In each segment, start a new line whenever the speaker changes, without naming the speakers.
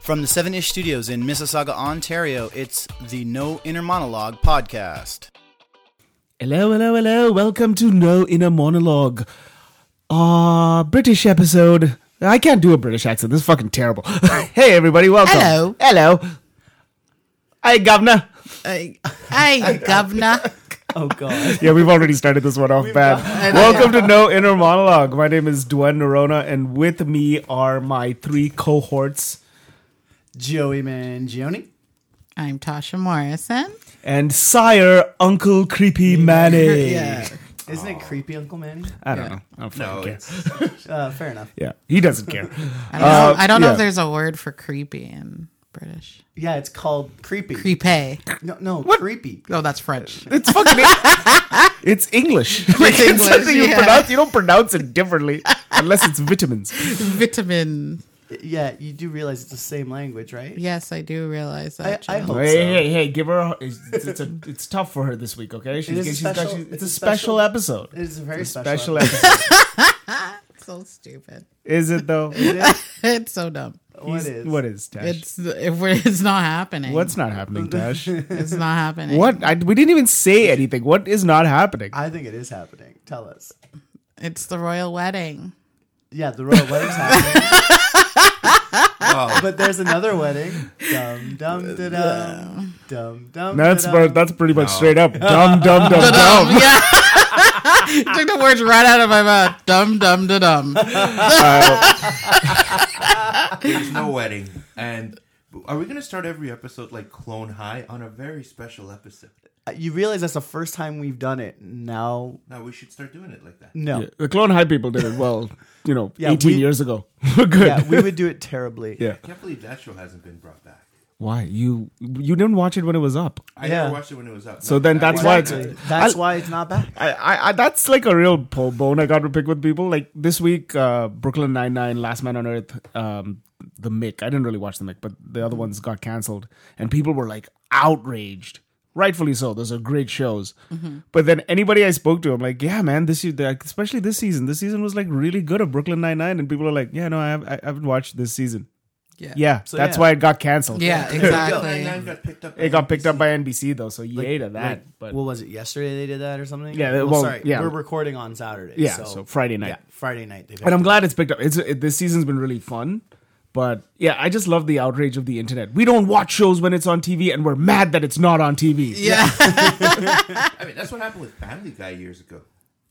From the Seven Ish Studios in Mississauga, Ontario, it's the No Inner Monologue podcast.
Hello, hello, hello. Welcome to No Inner Monologue. Ah, British episode. I can't do a British accent. This is fucking terrible. hey, everybody. Welcome.
Hello.
Hello. Hey, governor.
Hey,
Hey, governor.
oh god.
Yeah, we've already started this one off bad. Welcome to No Inner Monologue. My name is Dwayne Nerona, and with me are my three cohorts
Joey Mangione.
I'm Tasha Morrison.
and sire Uncle Creepy Manny.
Uh, Isn't it creepy, Uncle Manny?
I don't know. I don't fucking care.
Uh, fair enough.
Yeah, he doesn't care.
I don't, know, I don't know
Uh, yeah.
if there's a word for creepy in British.
Yeah, it's called creepy.
Creepy.
no, no, creepy.
Oh, that's French.
It's fucking. Eng- it's English. Like, it's
English,
something you
yeah.
pronounce. You don't pronounce it differently unless it's vitamins.
Vitamin.
Yeah, you do realize it's the same language, right?
Yes, I do realize
I,
that.
I
Joe.
hope
Hey,
so.
hey, hey! Give her. A, it's, it's, a, it's tough for her this week. Okay, she's,
is a
she's got-
special-
she's- it's,
it's
a
a
special,
special-
episode.
It is a very special.
Special episode.
so stupid.
Is it though?
It's so dumb.
What is?
What is Tash?
It's if we're, it's not happening.
What's not happening, Tash?
it's not happening.
What? I, we didn't even say anything. What is not happening?
I think it is happening. Tell us.
It's the royal wedding.
Yeah, the royal wedding's happening. But there's another wedding. Dum dum da dum dum dum.
That's
da-dum.
bur- that's pretty much straight up. Dum dum dum
Dumb.
dum.
Yeah. Took the words right out of my mouth. Dum dum da dum.
There's no wedding. And are we going to start every episode like Clone High on a very special episode?
You realize that's the first time we've done it. Now,
No, we should start doing it like that.
no.
Yeah, the Clone High people did it well. You know,
Yeah,
eighteen
we-
years ago. Good.
Yeah, we would do it terribly.
Yeah.
I can't believe that show hasn't been brought back.
Why you you didn't watch it when it was up?
I
Yeah.
never watched it when it was up.
So
No,
then
that
that's
was-
why
Exactly.
it's-
That's
I-
why it's not back.
I, I, I that's like a real po- bone I got to pick with people. Like this week, uh, Brooklyn Nine Nine, Last Man on Earth, um, The Mick. I didn't really watch The Mick, but the other ones got canceled, and people were like outraged. Rightfully so. Those are great shows. But then anybody I spoke to, I'm like, yeah, man, this se- like, especially this season. This season was like really good of Brooklyn Nine Nine, and people are like, yeah, no, I, have, I haven't watched this season.
Yeah.
Yeah,
So,
that's
yeah.
why it got canceled.
Yeah,
Nine
exactly.
Nine got picked up.
it got picked up by NBC though, so yay to that. but
what was it? Yesterday they did that or something?
Yeah, well, yeah.
We're recording on Saturday.
yeah, so, Friday night.
Yeah, Friday night. They
and I'm glad it's picked up. It's it, this season's been really fun, but yeah, I just love the outrage of the internet. We don't watch shows when it's on TV, and we're mad that it's not on TV. Yeah,
Yeah.
I mean, that's what happened with Family Guy years ago.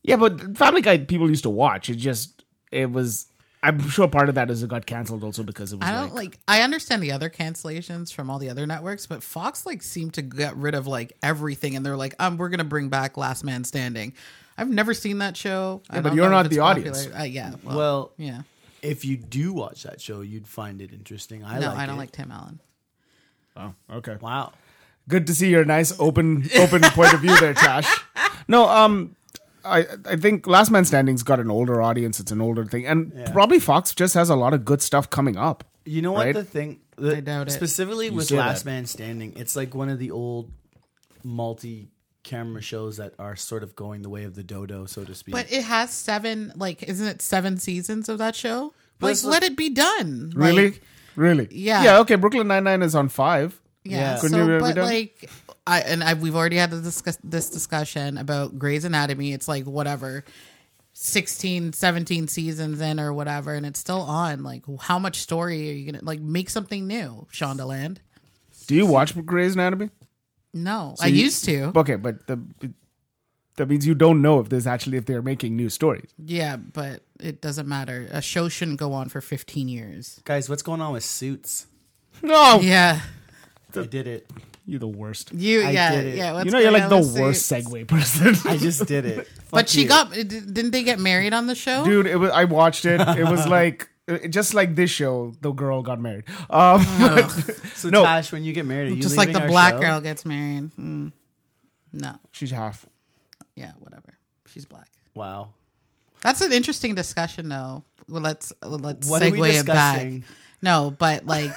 but Family Guy people used to watch. It just it was. I'm sure part of that is it got canceled also because it was.
I don't
like,
like. I understand the other cancellations from all the other networks, but Fox like seemed to get rid of like everything, and they're like, um, we're gonna bring back Last Man Standing. I've never seen that show. I
but
don't
you're
know
not
if it's
the audience.
popular. Uh, yeah. Well,
well,
yeah.
if you do watch that show, you'd find it interesting. I
no,
like
I don't
it.
like Tim Allen.
wow, oh, okay.
Wow.
Good to see your nice open open point of view there, Tash. No, um. I, I think Last Man Standing's got an older audience. It's an older thing, and probably Fox just has a lot of good stuff coming up.
You know what
Right?
the thing? The,
I doubt it.
Specifically with
say
Last
that.
Man Standing, it's like one of the old multi-camera shows that are sort of going the way of the dodo, so to speak.
But it has seven. Like, isn't it seven seasons of that show? Like,
it's not-
let it be done.
Really,
Like,
really,
Yeah.
yeah. Okay, Brooklyn Nine Nine is on five.
Yeah.
Yeah.
Couldn't it
So,
be
but
done?
like, I and I we've already had this, discuss, this discussion about Grey's Anatomy. It's like whatever, 16, 17 seasons in or whatever, and it's still on. Like, how much story are you gonna like make something new, Shondaland?
Do you watch Grey's Anatomy?
No, I used to.
Okay, but the, that means you don't know if there's actually if they're making new stories.
yeah, but it doesn't matter. A show shouldn't go on for fifteen years.
Guys, what's going on with Suits?
No,
Yeah,
I did it.
you're the worst.
you.
I
yeah,
get it.
yeah. what's
you know, you're
going
like
on
the
with
worst
Suits?
segue person.
I just did it.
But
Fuck
she
you.
got. Didn't they get married on the show?
Dude, it was. I watched it. It was like it- just like this show. The girl got married. Um, but-
so
no.
Tash. When you get married, are you
Just like
leaving
the
our
black
show?
girl gets married. Mm. No.
she's half.
yeah, whatever. She's black.
Wow.
That's an interesting discussion, though. Well, let's uh, let's
What are we
segue it back.
discussing?
No, but like,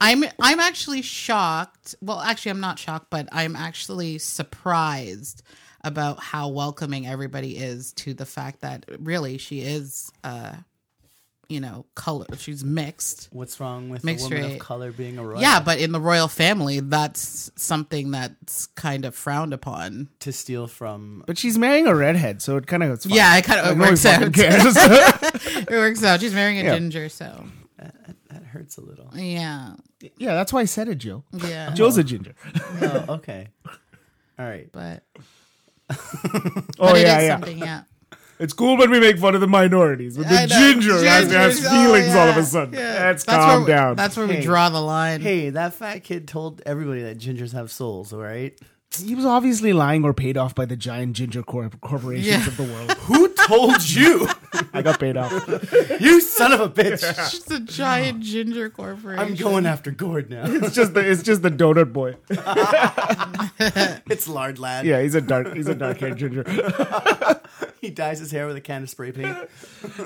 I'm I'm actually shocked. Well, actually, I'm not shocked, but I'm actually surprised about how welcoming everybody is to the fact that really she is uh, you know, color. She's mixed.
What's wrong with
Mixed
a woman
rate.
of color being a royal?
Yeah, but in the royal family, that's something that's kind of frowned upon.
to steal from
But she's marrying a redhead, so it kind of it's fine.
Yeah, it kind of
Like, nobody
works
fucking
out.
cares.
It works out. She's marrying a
Yeah.
ginger, so
that hurts a little.
yeah,
yeah, that's why I said it, Joe.
yeah.
Joe's a ginger.
oh, okay. All right.
But
Oh
but it is
yeah, yeah.
something. Yeah,
It's cool when we make fun of the minorities, but the
I know.
ginger has, has
Gingers, oh,
feelings all of
yeah,
a sudden.
yeah.
Let's
That's
calm
where,
down.
That's where
Hey.
we draw the line.
Hey, that fat kid told everybody that gingers have souls. All right.
he was obviously lying or paid off by the giant ginger cor- corporations
Yeah.
of the world.
Who told you?
I got paid off.
you son of a bitch!
It's a giant ginger corporation.
I'm going after Gord now.
It's just the it's just the donut boy.
It's lard lad.
Yeah, he's a dark he's a dark haired ginger.
He dyes his hair with a can of spray paint.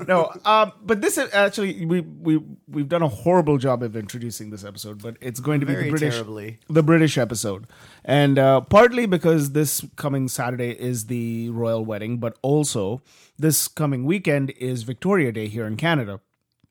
No, um, but this is actually we we we've done a horrible job of introducing this episode, but it's going to be the
Very
British
terribly.
the British episode, and uh, partly because this coming Saturday is the royal wedding, but also this coming weekend is Victoria Day here in Canada.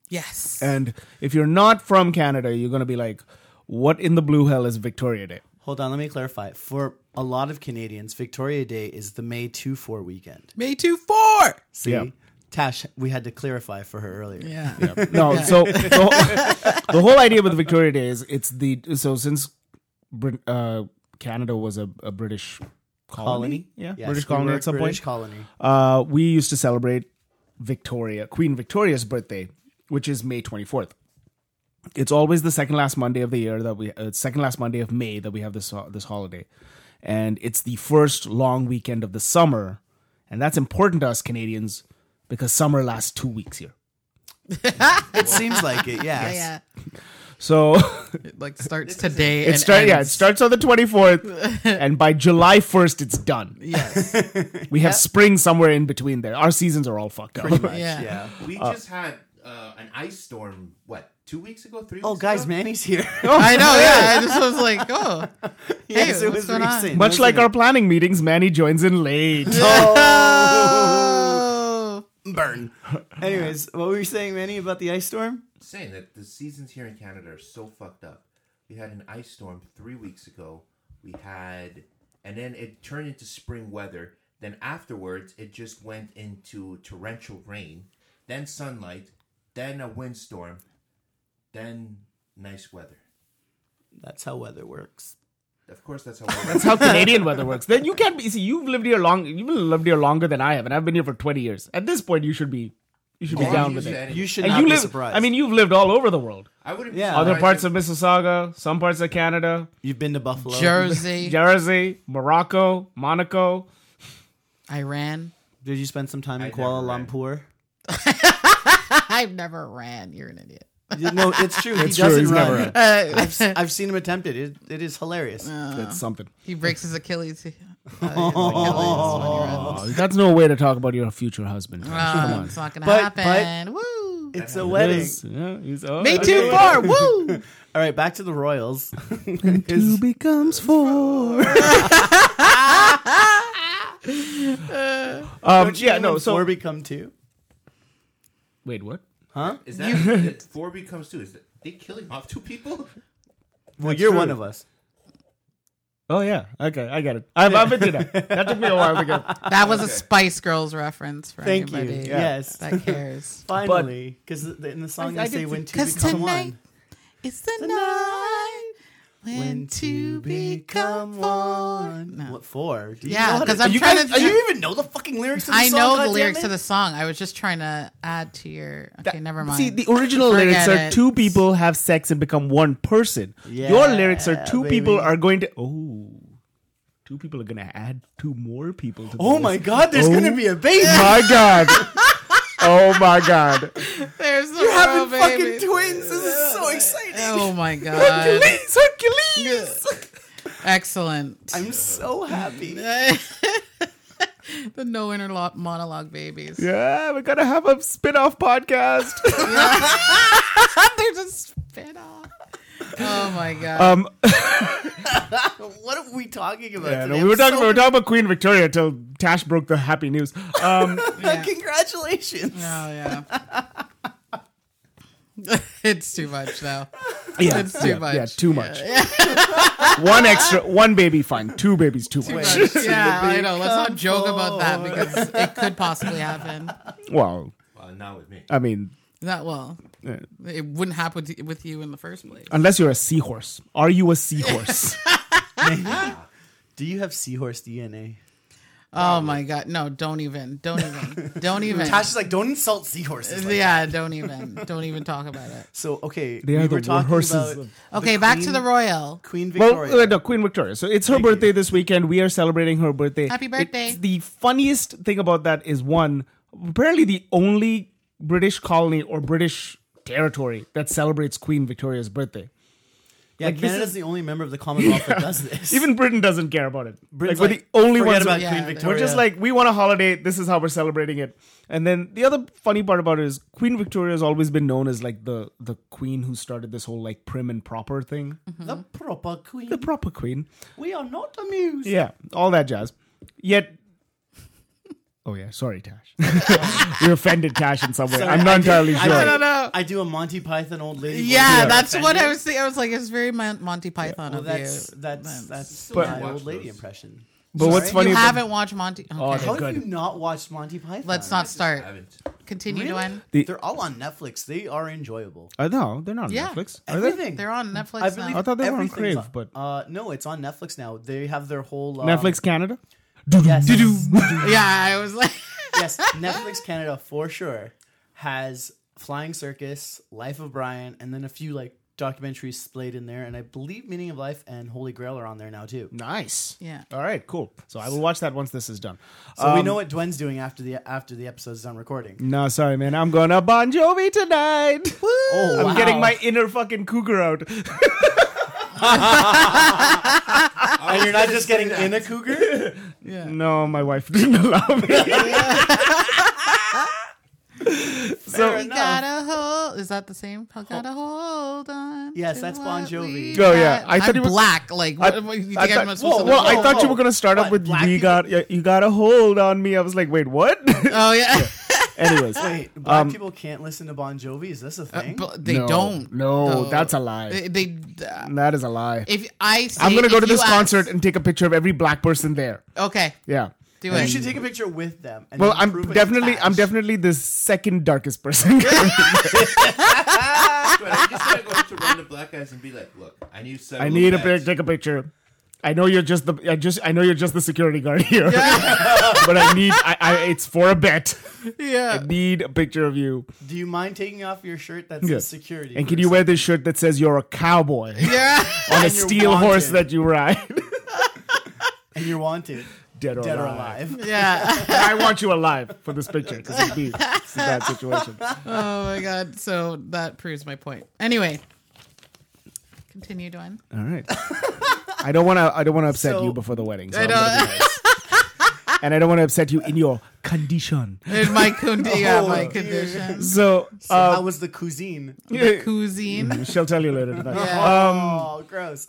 Yes.
And if you're not from Canada, you're going to be like, what in the blue hell is Victoria Day?
Hold on, let me clarify. For a lot of Canadians, Victoria Day is the May 2 4 weekend.
May two four.
See?
Yeah.
Tash, we had to clarify for her earlier.
Yeah.
No, so the whole, the whole idea with Victoria Day is it's the so since Brit, uh, Canada was a, a British colony,
Colony?
yeah,
Yes,
British
we
colony
were
at some
British
point.
colony.
uh, we used to celebrate Victoria, Queen Victoria's birthday, which is May 24th. It's always the second last Monday of the year that we, uh, second last Monday of May that we have this ho- this holiday, and it's the first long weekend of the summer, and that's important to us Canadians because summer lasts two weeks here.
It seems like it, yes.
Yeah.
So
It like starts today.
it
and
starts yeah it
ends.
starts on the 24th, and by July 1st it's done.
Yes.
We have spring somewhere in between there. Our seasons are all fucked up.
Pretty much,
Yeah.
yeah.
We just had uh, an ice storm. What? Two weeks ago? Three?
Oh,
weeks
guys,
ago?
Manny's here.
I know. Yeah. I just was like, oh,
yes,
Hey,
it
what's
was
going on?
recent.
Much like our
wasn't
planning meetings, Manny joins in late.
oh,
it? burn. Anyways, what were you saying, Manny, about the ice storm?
Saying that the seasons here in Canada are so fucked up. We had an ice storm three weeks ago. We had, and then it turned into spring weather. Then afterwards, it just went into torrential rain. Then sunlight. Then a windstorm. Then nice weather.
That's how weather works.
Of course, that's how. weather
That's how Canadian weather works. Then you can't be. See, you've lived here long. You've lived here longer than I have, and I've been here for twenty years. At this point, you should be. You should be
Well,
down
you
with
should
it.
add-
You should
And
not
you
be
live.
surprised.
I mean, you've lived all over the world.
I wouldn't.
Yeah.
Other
Alright,
parts of Mississauga, some parts of Canada,
you've been to Buffalo.
Jersey,
Jersey, Morocco, Monaco.
Iran.
Did you spend some time in
I
Kuala
never read.
Lumpur?
I've never ran. You're an idiot.
You- no, it's true. He
true,
doesn't
he's never
run.
Uh,
I've, s- I've seen him attempt it. It, it is hilarious.
That's something.
he breaks his Achilles. Uh, his Achilles when he runs.
That's no way to talk about your future husband. Come
Uh,
on.
it's not gonna
But- but-
happen. Woo.
it's a wedding.
Yes, yeah, he's- oh,
May
okay.
two four. Woo.
All right, back to the Royals.
Two becomes four. um, yeah, no. So
four become two.
wait, what?
Is that that four becomes two? Is that they killing off two people?
Well, you're one of us.
Oh yeah, okay, I got it. I've, I've been to that. That took me a while to get.
That was a Spice Girls reference for
Thank
anybody
you. Yes,
that cares.
finally, because in the song
I- I
they say
did
when
see-
two become one.
It's the night when two become one. No.
What four? Do you
Yeah,
know how
'cause
to-
I'm
you
trying
guys-
to-
are you even know the fucking lyrics? To the
I
song,
know the
goddamn
lyrics
it?
to the song. I was just trying to add to your. Okay, never mind.
See, the original
Forget
lyrics are
it.
two people have sex and become one person. Your
Yeah,
lyrics are two people
baby.
are going to. Oh, two people are going to add two more people. to the
Oh my
list.
god, there's
Oh.
gonna be a baby.
My God. Oh my God.
There's the
You're having
real
fucking
baby.
twins. This is so exciting.
Oh my god!
Hercules.
Excellent.
I'm so happy.
the no inner lo- monologue babies.
Yeah, we're gonna have a spin-off podcast.
There's a spin off. Oh my god!
um,
What are we talking about?
yeah, no,
today?
we
I'm
were talking
so-
we were talking about Queen Victoria until Tash broke the happy news. Um,
Oh, yeah.
Congratulations.
Oh yeah. it's too much though.
Yeah,
It's too
yeah,
much.
yeah, too much. one extra, one baby fine. Two babies, too, much.
yeah, I know. Let's not joke about that because it could possibly happen.
Well,
Well, not with me.
I mean, uh,
That well, it wouldn't happen to, with you in the first place.
unless you're a seahorse. Are you a seahorse?
Do you have seahorse DNA?
Oh my god, no! Don't even, don't even, don't even.
Tash is like, don't insult seahorses. like
yeah, don't even, don't even talk about it.
So okay,
They
we
are the
were talking
warhorses
about
of-
Okay, back to
Queen-
the royal.
Queen Victoria.
well, uh, no, Queen Victoria. So it's her birthday this weekend. We are celebrating her birthday.
Happy
It's-
birthday.
the funniest thing about that is one, apparently the only British colony or British territory that celebrates Queen Victoria's birthday.
yeah,
like, this
Canada's
is-
the only member of the Commonwealth that does this.
Even Britain doesn't care about it.
Britain's
like, we're the only
forget
ones.
about
who-
Yeah,
Queen
they-
Victoria.
We're just like we want a holiday. This is how we're celebrating it. And then the other funny part about it is Queen Victoria has always been known as like the the queen who started this whole like prim and proper thing,
Mm-hmm.
the proper queen.
the proper queen.
we are not amused.
Yeah, all that jazz. Yet, oh yeah, sorry, Tash. you offended Tash in some way.
Sorry,
I'm not
I do-
entirely
I
sure.
do-
No, no.
I do a Monty Python old lady.
Yeah,
voice.
that's what I was. Thinking. I was like, it's very Mon- Monty Python
Well,
of
that's
you.
that's that's
But-
my old
Watch
lady
those.
impression.
but what's
Sorry?
funny?
you
about-
haven't watched Monty. Okay,
How
they're
have
good.
you not watched Monty Python?
let's not
I
start.
haven't.
Continue,
Really?
Dwayne.
They're all on Netflix. They are enjoyable.
Uh, no, they're not on
Yeah.
Netflix. Are they?
Everything.
They're on Netflix
I
now.
believe
I thought they were on
everything's
Crave,
on-
but-
uh, no, it's on Netflix now. They have their whole um,
Netflix Canada.
Yes,
Yeah, I was like,
yes, Netflix Canada for sure has Flying Circus, Life of Brian, and then a few like documentaries splayed in there. And I believe Meaning of Life and Holy Grail are on there now too.
Nice.
Yeah.
All right. Cool. So I will watch that once this is done.
So
Um,
we know what Dwen's doing after the after the episode's done recording.
No, sorry, man. I'm going to Bon Jovi tonight. Woo!
Oh,
I'm
wow.
getting my inner fucking cougar out.
And you're not just getting in a cougar.
no, my wife didn't allow me.
we gotta hold. Is that the same? I gotta hold on.
Yes,
to
that's Bon
what
Jovi.
we
Go, Oh, yeah.
got.
I thought
I'm
you were-
black. Like, what, what, you think I
I
am
thought,
supposed
whoa,
to?
well,
know?
I thought you
whoa.
were gonna start
What,
off with
black
we
people-
got you, you got a hold on me. I was like, wait, what?
oh yeah,
Anyways,
Wait, black
Um,
people can't listen to Bon Jovi. Is this a
uh,
thing?
but they
No,
don't.
no,
though.
that's a lie.
They, they uh,
that is a lie.
if I say,
I'm gonna go
if
to
you
this
ask-
concert and take a picture of every black person there.
Okay,
Yeah.
do
you
it.
should take a picture with them. And
Well,
then prove
I'm
it
definitely, I'm
attached.
definitely the second darkest person.
But I just gotta go up to random black guys and be like, "Look, I need several
I need a pic.
beds.
Take a picture. I know you're just the. I just. I know you're just the security guard here. but I need. I, I. It's for a bet. I
Yeah.
need a picture of you.
Do you mind taking off your shirt that says
Yeah.
security?
And can you
person?
wear this shirt that says you're a cowboy
Yeah.
on a
you're
steel horse
wanted.
that you ride,
And you're wanted,
dead or
dead or
alive?
alive.
Yeah.
I want you alive for this picture because it'd be it's a bad situation.
Oh my god. So that proves my point. Anyway, continue, Dwayne.
All right. I don't want to. I don't want to upset
So-
you before the wedding. So
I
I'm gonna be nice. and I don't want to upset you in your condition.
In my con- yeah,
Oh,
my
dear.
condition.
So,
So
uh,
how was the cuisine?
Cuisine.
she'll tell you later tonight.
Yeah.
oh, gross.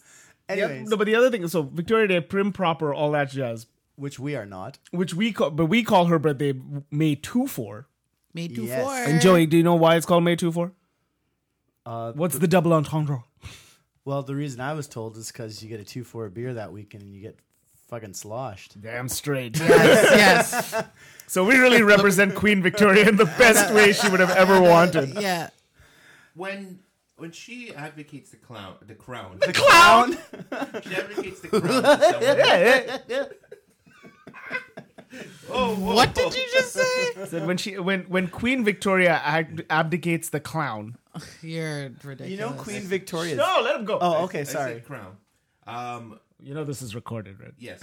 Anyways,
No, but um, the other thing, so Victoria Day, prim proper, all that jazz,
which we are not.
which we call, but we call her birthday May two four.
May two
Yes.
four.
And Joey, do you know why it's called May two four?
Uh,
What's the double entendre?
Well, the reason I was told is because you get a two for a beer that weekend and you get fucking sloshed.
Damn straight.
yes. yes.
so we really represent Queen Victoria in the best way she would have ever wanted.
Yeah.
When when she advocates the clown, the crown,
Clown.
she advocates the crown. To someone,
Eh?
oh, whoa,
What did you just say?
So when she when when Queen Victoria ab- abdicates the clown.
You're ridiculous.
You know Queen Victoria's.
No, let him go.
Oh, okay,
I
sorry.
said crown. Um,
You know this is recorded, right?
yes.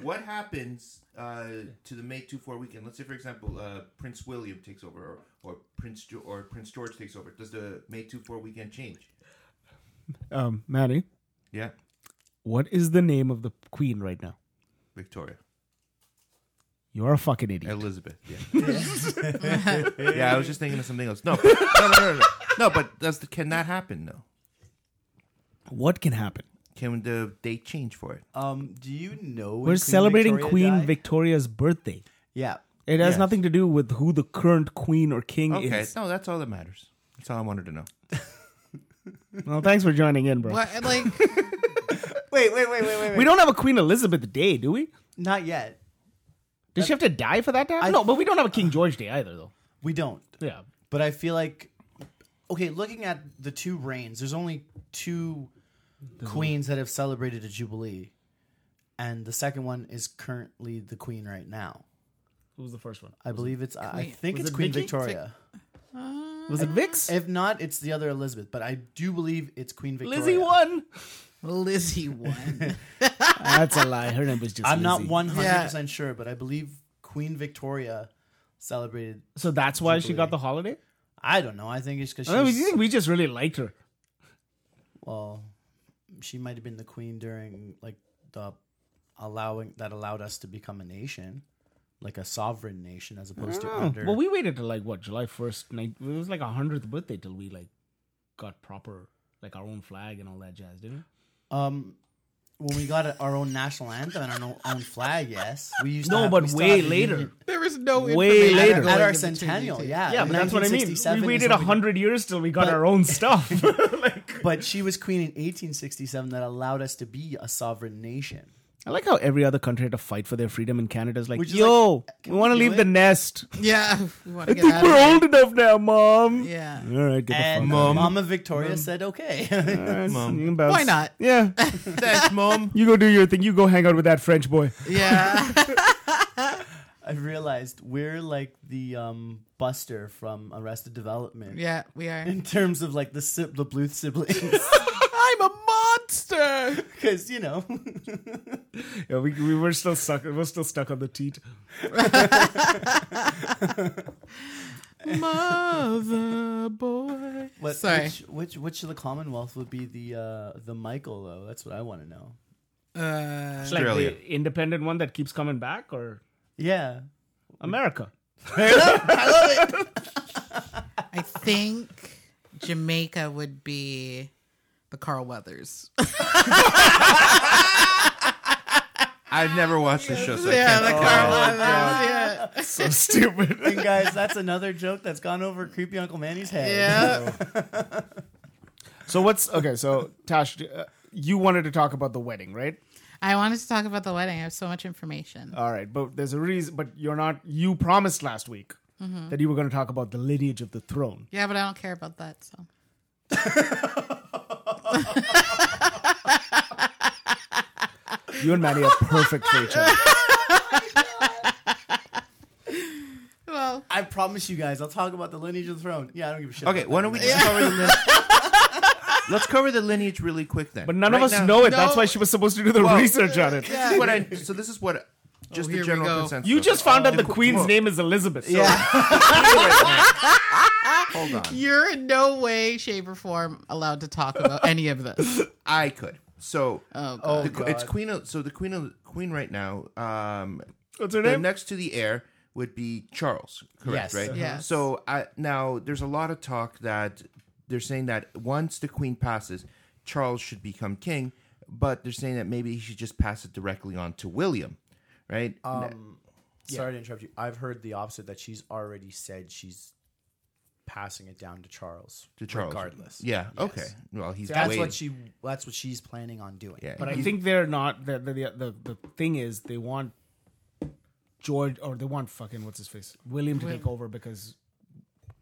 what happens uh, to the May two four weekend? Let's say, for example, uh, Prince William takes over, or, or Prince jo- or Prince George takes over. Does the May two four weekend change?
Um, Maddie,
Yeah,
what is the name of the queen right now?
Victoria,
You're a fucking idiot.
Elizabeth. Yeah, yeah. I was just thinking of something else. No, but- no, no, no, no. no but does the, can that happen? No.
What can happen?
Can the date change for it?
Um, do you know when
We're celebrating
Victoria
Queen
died?
Victoria's birthday.
Yeah.
It has
Yes.
nothing to do with who the current queen or king
Okay,
is.
no, that's all that matters.
That's all I wanted to know.
Well, thanks for joining in, bro.
What, like,
Wait, wait, wait, wait, wait.
We don't have a Queen Elizabeth Day, do we?
Not yet.
Did she have to die for that to happen?
I-
no, but we don't have a King George Day either, though.
We don't.
Yeah.
But I feel like, okay, looking at the two reigns, there's only two queens that have celebrated a jubilee, and the second one is currently the queen right now.
Who was the first one?
I believe it's. I think
was
it's
it
Queen
Vicky?
Victoria.
Was it Vix?
If not, it's the other Elizabeth. But I do believe it's Queen Victoria.
Lizzie won.
Lizzie won.
That's a lie. Her name was just.
I'm not
Lizzie.
100 percent sure, but I believe Queen Victoria celebrated.
So that's why she got the holiday.
I don't know. I think it's because
I mean, you
she's
think we just really liked her?
well, she might have been the queen during like the allowing that allowed us to become a nation, like a sovereign nation, as opposed to under.
Oh. Well, we waited till like what July first. It was like our hundredth birthday till we like got proper like our own flag and all that jazz, didn't
um, when we got our own national anthem and our own flag, yes, we used
we?
to
No,
have- we
but
still
way
have the
later.
union-
there was no
Way
information
later.
At,
Later.
our- at
going
our
into the two
centennial,
details.
yeah,
Yeah, but that's what I mean.
1967
We
is
waited
when we-
hundred years till we got
But-
our own stuff. like,
But she was queen in 1867 that allowed us to be a sovereign nation.
I like how every other country had to fight for their freedom, and Canada's like,
Which is
"Yo, we
we
want to
do
leave
it?"
the nest.
Yeah, we want
I
to get
think
out of
we're
here.
old enough now, mom."
Yeah.
All right, get
And um,
the fuck out.
Mama Victoria
um,
said, okay.
All right,
Mom.
you can bounce.
Why not?
Yeah,
Thanks, mom.
you go do your thing. You go hang out with that French boy.
Yeah.
I realized we're like the um, Buster from Arrested Development.
yeah, we are.
In terms of like the si- the Bluth siblings,
I'm a monster.
because you know,
Yeah, we, we were still stuck. We're still stuck on the teat.
Mother boy.
what,
Sorry.
Which, which which of the Commonwealth would be the uh, the Michael though? That's what I want to know.
Uh,
Like
Australia.
the independent one that keeps coming back, or
Yeah,
America.
I think Jamaica would be the Carl Weathers.
I've never watched this show, so
yeah,
I
the
can't.
Carl Weathers. Yeah.
So stupid.
and guys, that's another joke that's gone over creepy Uncle Manny's head.
Yeah.
so what's okay? So Tash, uh, you wanted to talk about the wedding, right?
I wanted to talk about the wedding. I have so much information.
All right, but there's a reason. But you're not. You promised last week that you were going to talk about the lineage of the throne.
Yeah, but I don't care about that. So
You and Manny are perfect for each other.
well,
I promise you guys, I'll talk about the lineage of the throne. Yeah, I don't give a shit.
Okay,
about that
why don't we
right
just cover the lineage? Let's cover the lineage really quick then.
But none
Right
of us
now-
know it.
No.
That's why she was supposed to do the
Well,
research on it.
This is what I, so this is what just
Oh, here
the
we
general
go.
consensus.
You
is.
just found out the
Come
queen's
on.
name is Elizabeth. So
Yeah.
Hold on.
you're in no way, shape, or form allowed to talk about any of this.
I could. So
Oh, God.
Oh,
the, qu- it's
God.
queen. Of, so the queen of queen right now. Um,
What's her
the
name?
next to the heir would be Charles.
Yes.
Correct. Right.
Uh-huh. Yes.
So I, now there's a lot of talk that they're saying that once the queen passes, Charles should become king, but they're saying that maybe he should just pass it directly on to William. Right.
Um, Sorry to interrupt you. I've heard the opposite that she's already said she's passing it down to Charles.
to Charles.
regardless.
Yeah.
Yes.
Okay. Well, he's
That's
waiting.
what she. That's what she's planning on doing.
Yeah.
But I
He's-
think they're not. The, the, the, the, the thing is, they want George, or they want fucking, what's his face? William to take over because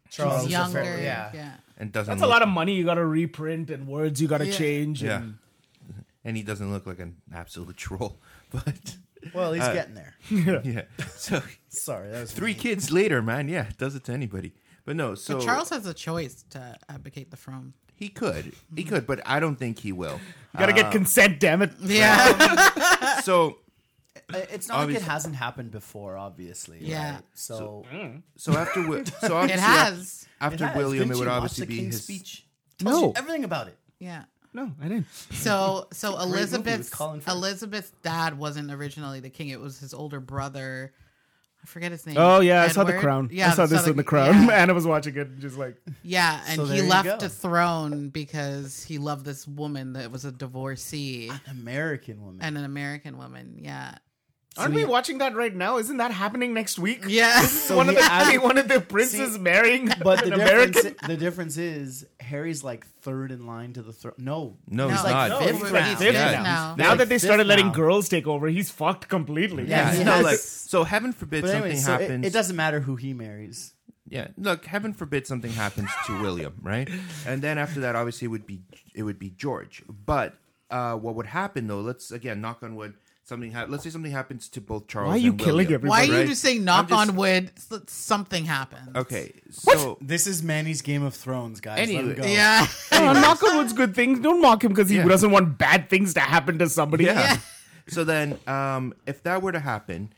Charles
He's
is
younger.
afraid-
yeah.
yeah.
and doesn't.
that's a
look,
lot of money you got to reprint and words you got to change.
Yeah.
And,
And he doesn't look like an absolute troll, but
Well, he's getting there.
yeah. So
Sorry, that was
three
mean.
kids later, man. Yeah, it does it to anybody. But no, so
But Charles has a choice to abdicate the throne.
he could, he could, but I don't think he will.
you got to get consent, damn it.
Yeah.
So,
Uh, It's not like
Obviously.
it hasn't happened before, obviously.
Yeah.
right? So,
so after, Wi- so
it
obviously
has.
after
Yeah,
William,
couldn't
it
you
would
watch
obviously
the
be
King's
his.
speech. Tells you
No,
everything about it.
Yeah.
no, I didn't.
So so
movie with
Elizabeth's
Colin Firth.
Elizabeth's dad wasn't originally the king. It was his older brother. I forget his name.
Oh, yeah, I saw the
Edward?
crown.
Yeah,
I saw this
the-
in the crown.
Yeah,
Anna was watching it and just like,
Yeah, and
So
he
there you
left
go.
the throne because he loved this woman that was a divorcee
American woman.
and an American woman. Yeah.
Aren't we watching that right now? Isn't that happening next week?
Yeah.
This is one of the
yeah.
one of the princes
See,
marrying
But
an
the
American.
difference, the difference is Harry's like third in line to the throne. No,
No, he's
like
not.
no,
fifth
he's
round.
fifth
Fifth
round.
now.
Now
like
that they
this
started letting
now.
girls take over, he's fucked completely.
Yeah,
Yes.
it's not like
Yes.
so. Heaven forbid
but anyway,
something
so it,
happens.
it doesn't matter who he marries.
Yeah,
look, heaven forbid something happens to William, right? And then after that, obviously, it would be it would be George. But uh, what would happen though? Let's again knock on wood. Something ha- let's say something happens to both Charles.
Why are you
and
killing
William.
everybody?
Why are you
Right.
just saying knock
I'm just-
on wood? s- Something happens.
Okay, so
This is Manny's Game of Thrones, guys.
Let him Anyway. go.
Yeah.
Oh, knock on wood's good things. Don't mock him because he
Yeah.
doesn't want bad things to happen to somebody.
Yeah. so then, um, if that were to happen,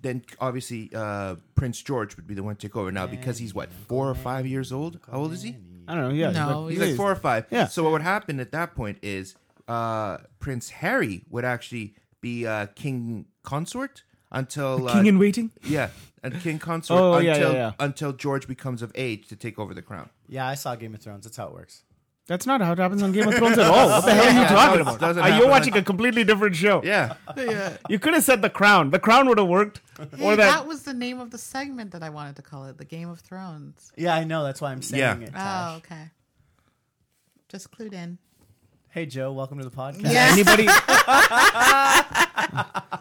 then obviously uh, Prince George would be the one to take over now because he's what four or five years old. How old is he?
I don't know. Yeah.
No,
he's
He's
like-
like four or five.
Yeah.
So what would happen at that point is uh, Prince Harry would actually be uh, king consort until
king
uh,
in waiting.
yeah, and king consort
Oh, yeah,
until
yeah, yeah.
until George becomes of age to take over the crown.
Yeah, I saw Game of Thrones. That's how it works.
That's not how it happens on Game of Thrones at all. What the hell are you
Yeah,
talking
it
about?
doesn't
Are you
happen.
watching a completely different show?
Yeah.
You could have said The Crown. The Crown would have worked.
Hey,
Or
that,
that.
was the name of the segment that I wanted to call it, the Game of Thrones.
Yeah, I know. That's why I'm saying
Yeah.
it. Tash.
Oh, okay. Just clued in.
Hey, Joe, welcome to the podcast.
Yeah.
Anybody?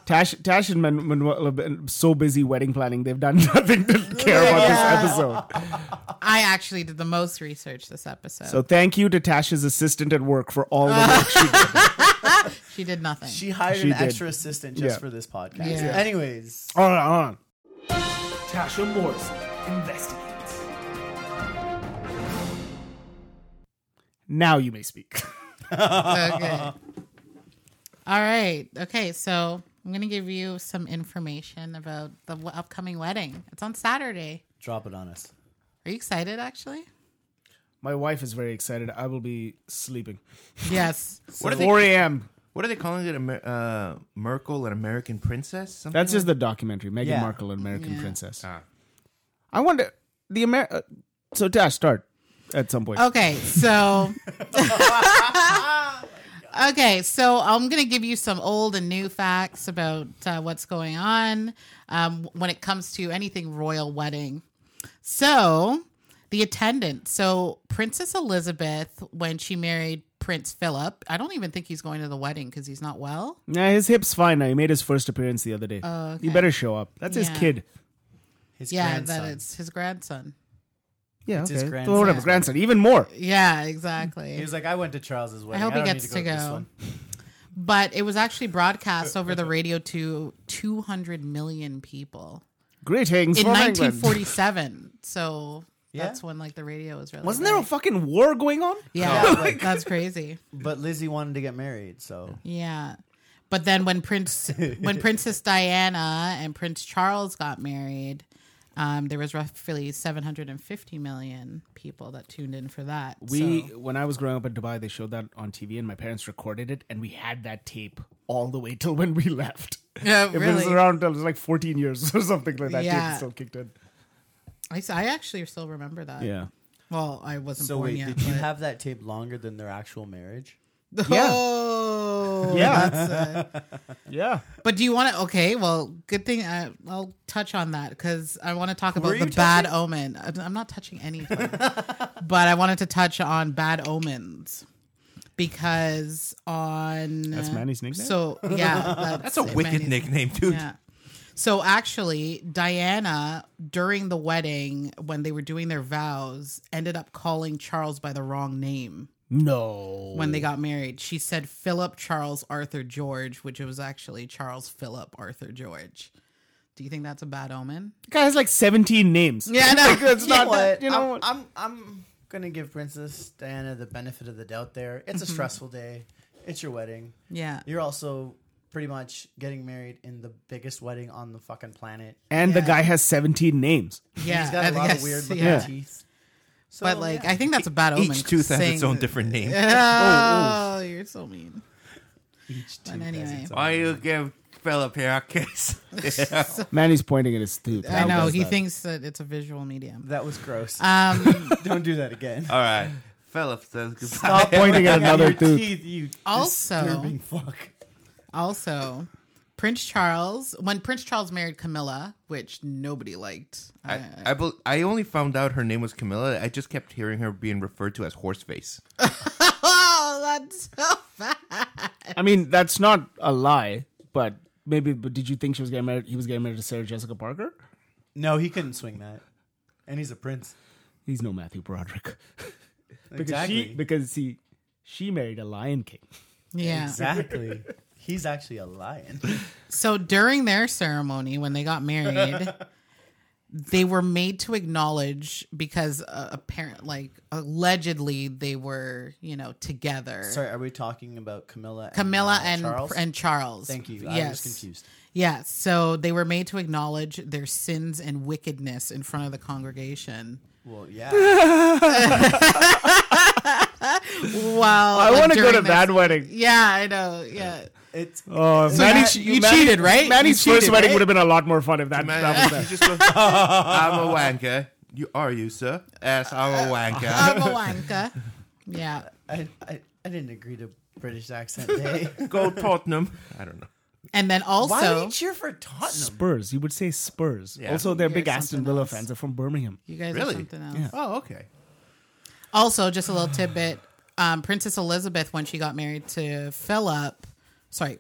Tash, Tash, and Man- Manuel have been so busy wedding planning, they've done nothing to care about
Yeah.
this episode.
I actually did the most research this episode.
So thank you to Tash's assistant at work for all the work she did.
she did nothing.
She hired
She
an
did.
extra assistant just
Yeah.
for this podcast.
Yeah.
Anyways,
All right, all right. Tasha Morrison investigates. Now you may speak.
okay. All right. Okay. So I'm going to give you some information about the w- upcoming wedding. It's on Saturday.
drop it on us.
Are you excited, actually?
My wife is very excited. I will be sleeping.
Yes.
What are they?
4 a.m.
What are they calling it? Amer- uh, Merkel, an American princess? Something?
That's just the documentary, Meghan
Yeah.
Markle, American
Yeah.
Princess.
Ah.
I wonder the Amer. Uh, so Tash, start at some point.
Okay, so. okay, so I'm going to give you some old and new facts about uh, what's going on um, when it comes to anything royal wedding. So, the attendant. So, Princess Elizabeth, when she married Prince Philip, I don't even think he's going to the wedding because he's not well.
Nah, his hip's fine now. He made his first appearance the other day.
Oh, okay.
You better show up. That's his
Yeah.
kid.
His
yeah,
grandson.
that it's his grandson.
Yeah,
It's
okay.
his
Well, whatever,
grandson.
grandson. Even more.
Yeah, exactly.
He was like, I went to Charles's wedding.
I hope he
don't need
gets
to
to
go.
go.
this one."
but it was actually broadcast over the radio to 200 million people
Greetings
in
from England.
1947. So that's
Yeah.
when like the radio was really
Wasn't there a Oh
big.
fucking war going on?
yeah, like, that's crazy.
But Lizzie wanted to get married, so
Yeah. But then when Prince when Princess Diana and Prince Charles got married, um, there was roughly 750 million people that tuned in for that.
We,
so-
when I was growing up in Dubai, they showed that on TV, and my parents recorded it, and we had that tape all the way till when we left.
Yeah,
If it was
really.
around till it was like 14 years or something like that,
Yeah.
tape still kicked in.
I, s- I actually still remember that.
Yeah.
Well, I wasn't
so
born
wait,
yet.
did you
but-
have that tape longer than their actual marriage?
Yeah.
Oh,
Yeah.
that's it.
Yeah.
But do you want to? Okay, well, good thing I, I'll touch on that because I want to talk about
Were
the
you
bad omen. I'm- I'm not touching anything, but I wanted to touch on bad omens because on
That's Manny's nickname?
So yeah, that's,
that's a
it,
wicked
Manny's-
nickname, dude.
Yeah. So actually, Diana during the wedding when they were doing their vows ended up calling Charles by the wrong name
No.
when they got married. She said Philip Charles Arthur George, which was actually Charles Philip Arthur George. Do you think that's a bad omen?
The guy has like 17 names.
Yeah, I know.
Like, that's
Yeah.
not, you know what?
I'm, I'm I'm gonna give Princess Diana the benefit of the doubt. There, it's a stressful day. It's your wedding.
Mm-hmm. Yeah.
You're also pretty much getting married in the biggest wedding on the fucking planet.
and the
Yeah.
guy has 17 names.
Yeah.
He's got
I
a lot
guess,
of weird looking
yeah.
teeth. So,
But like,
yeah.
I think that's a bad omen.
Each tooth has its
saying-
own different name.
Oh, you're so mean.
each
But anyway,
Why you give Philip here a kiss?
Manny's pointing at his tooth.
I know
does
he
that?
thinks that it's a visual medium.
that was gross.
Um,
Don't do that again.
All right, Philip says goodbye.
Stop
Pointing at Oh.
looking
another
your
tooth.
Teeth, you
Also-
disturbing fuck.
also, Prince Charles, when Prince Charles married Camilla, which nobody liked.
I, I, bel I only found out her name was Camilla. I just kept hearing her being referred to as Horseface.
oh, that's so bad.
I mean, that's not a lie, but maybe. But did you think she was getting married? He was getting married to Sarah Jessica Parker.
No, he couldn't swing that. And he's a prince.
He's no Matthew Broderick because
exactly.
she because see, she married a Lion King.
Yeah.
exactly. he's actually a lion.
So during their ceremony, when they got married, they were made to acknowledge because uh, apparent, like allegedly, they were you know together.
Sorry, are we talking about Camilla? And,
Camilla
uh,
and
Charles?
and Charles.
Thank you. I was
Yes.
confused.
Yes. So they were made to acknowledge their sins and wickedness in front of the congregation.
Well, yeah.
Wow.
I want to go to that wedding.
Yeah, I know. Yeah.
It's
Oh,
So you- you cheated, right?
Manny's
You cheated,
first wedding
right?
would have been a lot more fun if that,
Man,
that was that.
you just go, I'm a wanker. You are you, sir? Yes, I'm a wanker.
I'm a wanker. Yeah.
I, I, I didn't agree to British accent day.
go Tottenham. I don't know.
And then also
Why do you cheer for Tottenham?
Spurs. You would say Spurs.
Yeah.
Also, they're big
Here's
Aston
something
Villa
else.
fans. They're from Birmingham.
you guys are
Really?
something else.
Yeah.
Oh, okay.
Also, just a little tidbit. Um, Princess Elizabeth, when she got married to Philip, sorry,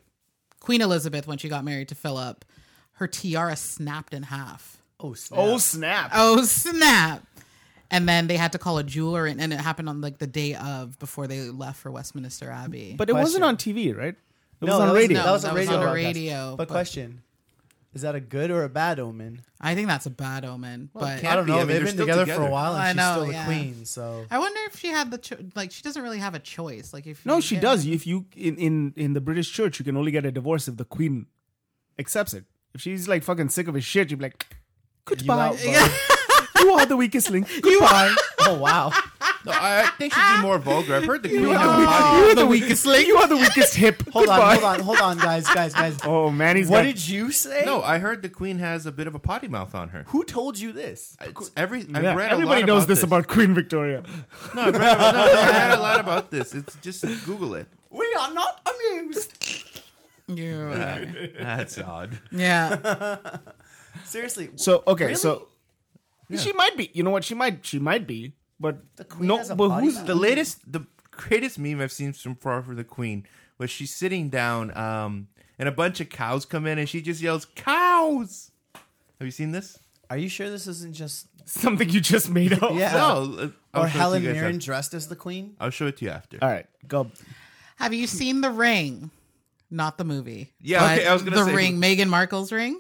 Queen Elizabeth, when she got married to Philip, her tiara snapped in half.
Oh, snap.
snap!
Oh, snap. And then they had to call a jeweler, and, and it happened on like the day of before they left for Westminster Abbey.
But it wasn't on TV, right? It was
No,
on
that was-
radio.
that was
No,
a
that was
radio.
on a
broadcast.
radio,
But
but-
question: Is that a good or a bad omen?
I think that's a bad omen. but
can't-
I don't
be.
know.
I mean,
They've
they're
been
still
together, for
together.
a while, and
I
she's
know,
still the
yeah.
queen. So
I wonder if she had the cho- like she doesn't really have a choice. Like if
no,
you
she
get-
does. If you in, in in the British Church, you can only get a divorce if the Queen accepts it. If she's like fucking sick of his shit, you'd be like, goodbye.
You out,
You, are the weakest link. Goodbye.
oh wow!
No, I I think she'd be more vulgar. I've heard the queen have a
You,
potty.
are the weakest link. You are the weakest hip.
Hold on,
goodbye.
hold on, hold on, guys, guys, guys.
Oh man, he's
what
got-
did you say?
No, I heard the queen has a bit of a potty mouth on her.
Who told you this?
It's every I've
Yeah,
read
everybody
a lot
knows
about
this about Queen Victoria.
No, I've read, no, I read a lot about this. It's just Google it.
We are not amused.
You-
That's odd.
yeah.
Seriously,
So okay, so she might be. You know what? She might. She might be. But the
queen
no,
has a
but
body
who's
mouth.
The latest, the greatest meme I've seen from Far for the Queen was she's sitting down, um, and a bunch of cows come in, and she just yells, "Cows!" Have you seen this?
are you sure this isn't just
something you just made up?
yeah?
no. uh, I'll show it
Or
to
Helen
you guys
Mirren
after.
dressed as the queen?
I'll show it to you after.
All right, go.
Have you seen The Ring? Not the movie.
Yeah,
but
okay, I was gonna
The
say-
Ring, Meghan Markle's ring.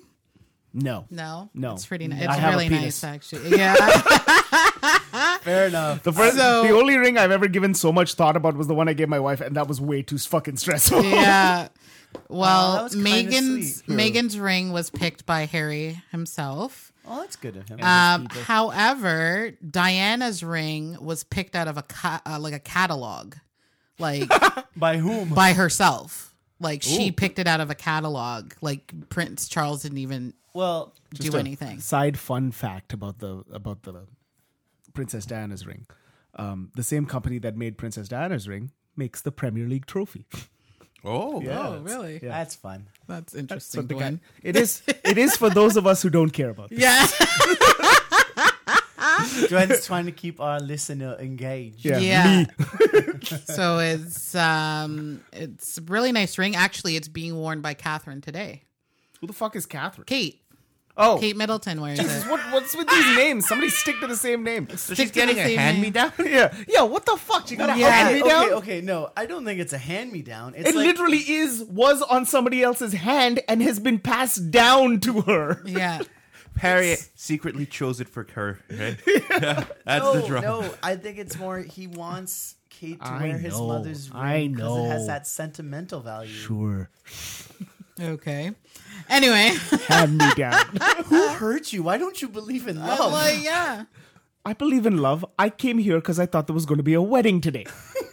No,
No,
No.
it's pretty nice.
I
It's
have a
really
penis.
nice, actually. Yeah,
Fair enough.
the first,
So-
the only ring I've ever given so much thought about was the one I gave my wife, and that was way too fucking stressful.
yeah.
that
Well,
was kinda
Megan's
sweet.
Hmm.
Megan's ring was picked by Harry himself.
Oh, that's good of him.
Um, however, Diana's ring was picked out of a ca- uh, like a catalog, like
By whom?
by herself. Like she picked it out of a catalog. Like Prince Charles didn't even
well,
do anything.
Side fun fact about the about the Princess Diana's ring. Um, the same company that made Princess Diana's ring makes the Premier League trophy.
Oh,
Oh, really?
Yeah.
that's fun.
That's
So
interesting.
the guy-
Gwen.
it is it is for those of us who don't care about. This.
yeah.
Gwen's trying to keep our listener engaged.
Yeah,
Yeah. so it's um it's a really nice ring. Actually, it's being worn by Catherine today.
Who the fuck is Catherine?
Kate.
Oh,
Kate Middleton wears
Jesus,
it.
what, what's with these names? Somebody stick to the same name.
So
Stick
she's
to
getting
the
a
same
hand me
name.
down.
Yeah, yeah. What the fuck? You got a
Yeah,
hand me down?
Okay, okay, no, I don't think it's a hand me down. It's
It
like,
literally is was on somebody else's hand and has been passed down to her.
Yeah.
Harriet secretly chose it for her. Right? That's
no,
the drama.
no. I think it's more he wants Kate to
I
wear his
know,
mother's ring
I
it
know.
has that sentimental value.
Sure.
Okay. Anyway,
Hand me down.
Who hurt you? Why don't you believe in love?
well, yeah.
I believe in love. I came here because I thought there was going to be a wedding today.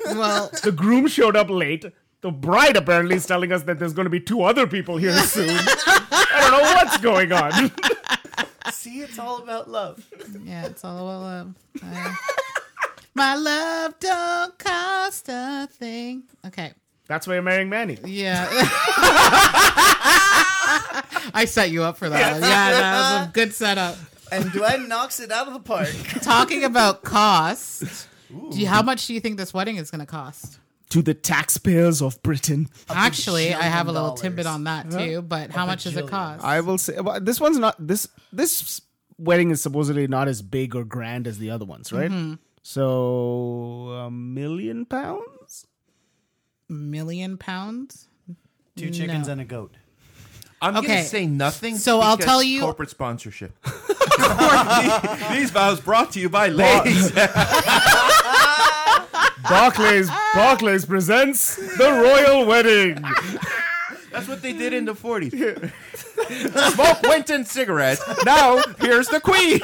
Well,
The groom showed up late. The bride apparently is telling us that there's going to be two other people here soon. I don't know what's going on.
See, it's all about love.
yeah, it's all about love. Uh, my love don't cost a thing. Okay.
That's why you're marrying Manny.
Yeah. I set you up for that. one. Yeah, that was a good setup.
and Glenn knocks it out of the park.
Talking about cost, do you, how much do you think this wedding is going to cost?
to the taxpayers of Britain.
Actually, I have a
bajillion
little
dollars.
tidbit on that too. But how much does it
bajillion.
cost?
I will say well, this one's not this this wedding is supposedly not as big or grand as the other ones, right? So a million pounds.
Million pounds.
Two chickens
No.
and a goat.
I'm
Okay.
gonna say nothing.
So I'll
because
tell you-
corporate sponsorship.
These vows brought to you by Lays.
Barclays Barclays presents the royal wedding.
That's what they did in the 40s. Smoke went in cigarettes. Now here's the queen.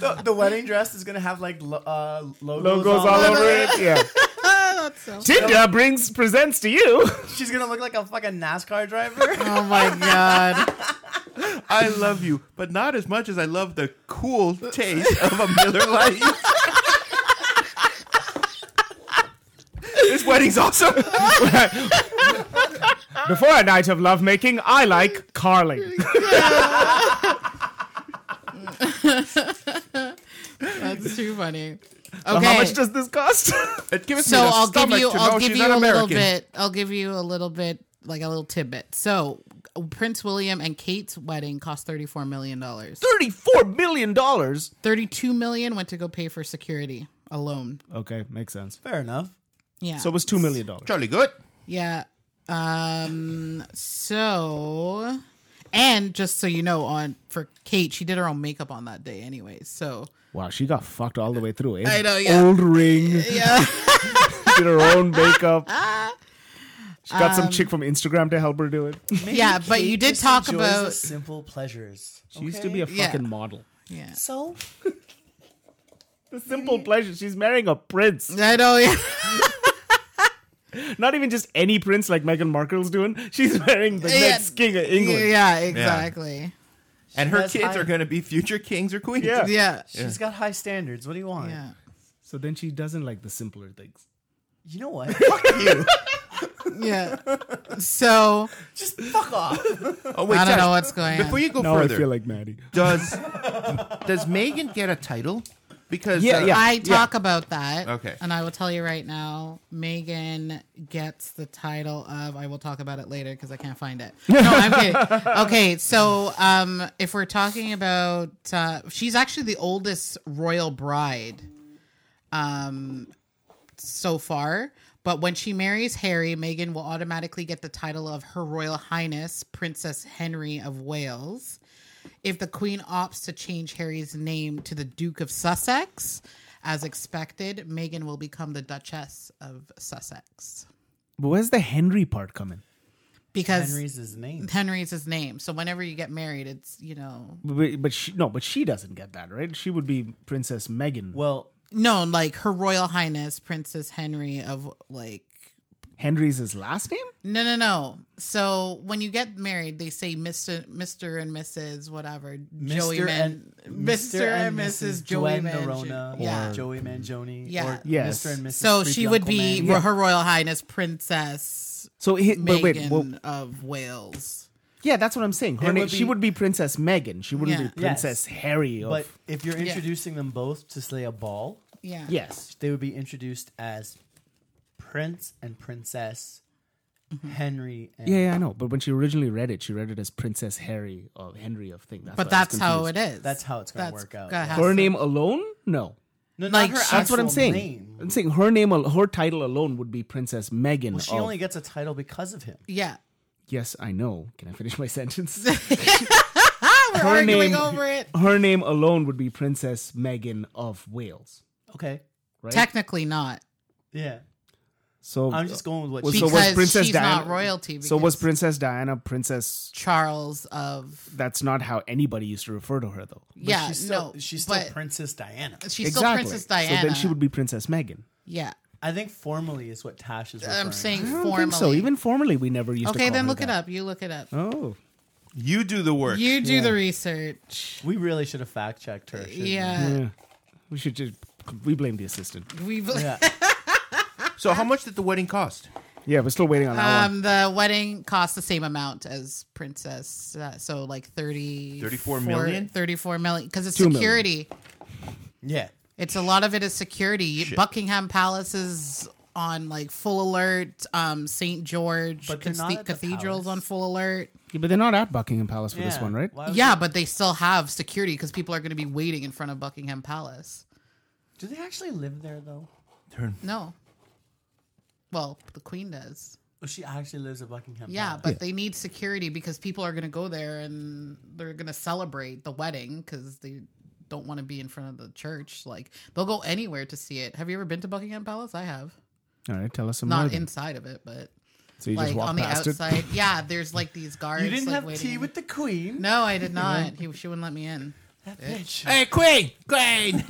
The, the wedding dress is gonna have like lo- uh, logos,
Logos
on
all
it.
over it. Yeah. Tinder brings presents to you.
She's gonna look like a fucking NASCAR driver.
Uh,
Oh my god!
I love you, but not as much as I love the cool taste of a Miller Lite. this wedding's awesome.
Before a night of lovemaking, I like carling.
That's too funny. Okay.
So How much does this cost?
It gives
so
me the
I'll give
stomach
you
to
I'll
know
give
she's
you
not
a little
American.
bit I'll give you a little bit like a little tidbit. So Prince William and Kate's wedding cost thirty four million dollars.
Thirty-four million dollars.
Thirty two million went to go pay for security alone.
Okay, makes sense.
Fair enough.
Yeah.
So it was two million dollars.
Jolly good.
yeah. Um so and just so you know, on for Kate, she did her own makeup on that day anyway. So
Wow, she got fucked all the way through. Eh?
I know, yeah.
Old ring.
Yeah.
did her own makeup. She got
Um,
some chick from Instagram to help her do it. She
Yeah, but you
Kate
did
just
talk
enjoys the
about
simple pleasures.
used to be a
Yeah.
fucking model.
Yeah.
So
The simple pleasure. She's marrying a prince.
I know yeah.
Not even just any prince like Meghan Markle's doing. She's marrying the
Yeah.
next king of England.
Yeah, exactly.
And her
That's
kids
high.
are going to be future kings or queens.
Yeah.
Yeah.
she's got high standards. What do you want?
yeah.
So then she doesn't like the simpler things.
You know what? fuck you.
Yeah. So
Just fuck off.
Oh wait,
I don't
Josh,
know what's going
Before
on.
you go
Now I
further,
feel like Maddie.
does does Megan get a title? Because uh,
Yeah, yeah.
I talk about that.
Okay.
And I will tell you right now, Megan gets the title of I will talk about it later because I can't find it. No, I'm kidding. Okay, so um if we're talking about uh she's actually the oldest royal bride um so far. But when she marries Harry, Megan will automatically get the title of Her Royal Highness Princess Henry of Wales if the queen opts to change Harry's name to the Duke of Sussex, as expected, Meghan will become the Duchess of Sussex
But where's the Henry part coming?
because Henry's,
Henry's his name.
his name. So whenever you get married, it's you know
But, but she no, but she doesn't get that, right? She would be Princess Meghan.
Well,
no like Her Royal Highness Princess Henry of like
Henry's his last name?
no no no. So when you get married, they say Mister Mister and Mrs. whatever Joey
Mr.
Man Mister and Mrs. Joey
Joanne Nerona
Man yeah
or Joey Mangione,
Yeah.
or
Yes.
Mr. and Mrs.
So
Creepy
she would
Uncle
be
Man.
Her Royal Highness Princess
So he, but wait,
Megan
well,
of Wales.
yeah, that's what I'm saying. Her
It
name,
would
she
be-
would be Princess Meghan. She wouldn't
Yeah.
be Princess Harry. Of,
But if you're introducing them both to slay a ball,
Yeah.
yes,
they would be introduced as Prince and Princess
Mm-hmm.
Henry. And
Yeah, yeah, I know. But when she originally read it, she read it as Princess Harry or Henry of thing. That's
But that's how it is.
That's how it's gonna
That's
work out,
gonna
yeah.
have
Her
to-
name alone? No.
No, not
Like,
her
that's
That's what I'm
actual
saying.
name.
I'm saying her name, al- her title alone would be Princess Megan.
Well, she
of-
only gets a title because of him.
Yeah.
yes, I know. Can I finish my sentence?
We're
her
arguing
name,
over it.
her name alone would be Princess Megan of Wales.
Okay.
Right.
Technically not.
Yeah.
so
I'm just going with what
Well,
she
so
Because
was Princess
she's
Diana-
not royalty.
So was
because
Princess Diana Princess?
Charles of
That's not how anybody used to refer to her, though.
but
Yeah,
she's still,
Uh, no.
she's still
but
Princess Diana.
She's still Princess Diana.
So then she would be Princess Megan.
Yeah.
I think formally is what Tash is referring
I'm saying
I don't
formally.
think so. Even formally, we never used to.
okay,
call
then
her
look it
that.
up. You look it up.
Oh,
You do the work.
You do the research.
We really should have fact checked her. shouldn't we?
Yeah.
yeah. We should just we blame the assistant.
We
Yeah.
So how much did the wedding cost?
Yeah, we're still waiting on that one.
Um, the wedding cost the same amount as Princess, uh, so like 30,
34 million?
34 million because it's
Two million.
security.
Yeah.
It's a lot of it is security. You- Buckingham Palace is on like full alert. Um, St George,
But they're
cats-
not at the
cathedral's on
palace. Oh,
full alert.
Yeah, but they're not at Buckingham Palace for this
Yeah.
one, right?
Why would-
Yeah, but they still have security because people are going to be waiting in front of Buckingham Palace.
Do they actually live there though?
No. Well, the Queen does.
Oh, she actually lives at Buckingham.
Yeah,
Palace.
but they need security because people are going to go there and they're going to celebrate the wedding because they don't want to be in front of the church. Like they'll go anywhere to see it. Have you ever been to Buckingham Palace? I have.
All right, tell us some more.
Not
then.
inside of it, but
so you
like
just walk
on the
past
outside. Yeah, there's like these guards.
you didn't
like,
have
waiting.
tea with the queen.
No, I did not. He, she wouldn't let me in.
That bitch.
it. Hey, Queen, Queen.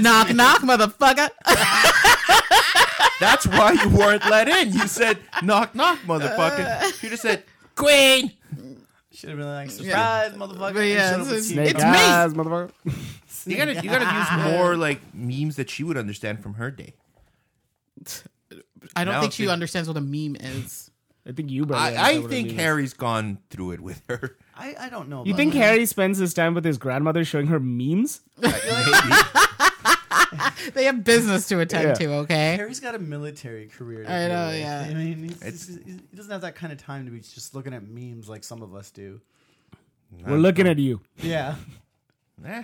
knock, knock, motherfucker.
That's why you weren't let in. You said knock knock, motherfucker. She just said queen.
Should have been like surprise, motherfucker.
But
and
yeah,
showed up with
it's-
tea.
Snake
It's me.
eyes, motherfucker.
You gotta you gotta use more like memes that she would understand from her day.
I don't
Now
think she
think-
understands what a meme is.
I think you, brother.
I, I think Harry's gone through it with her.
I, I don't know.
You
about
think
that.
Harry spends his time with his grandmother showing her memes?
They have business to attend
Yeah.
to. Okay.
Harry's got a military career? to
I know,
deal with.
yeah.
I mean, he's, he's- he doesn't have that kind of time to be just looking at memes like some of us do.
We're looking at you.
Yeah.
Eh,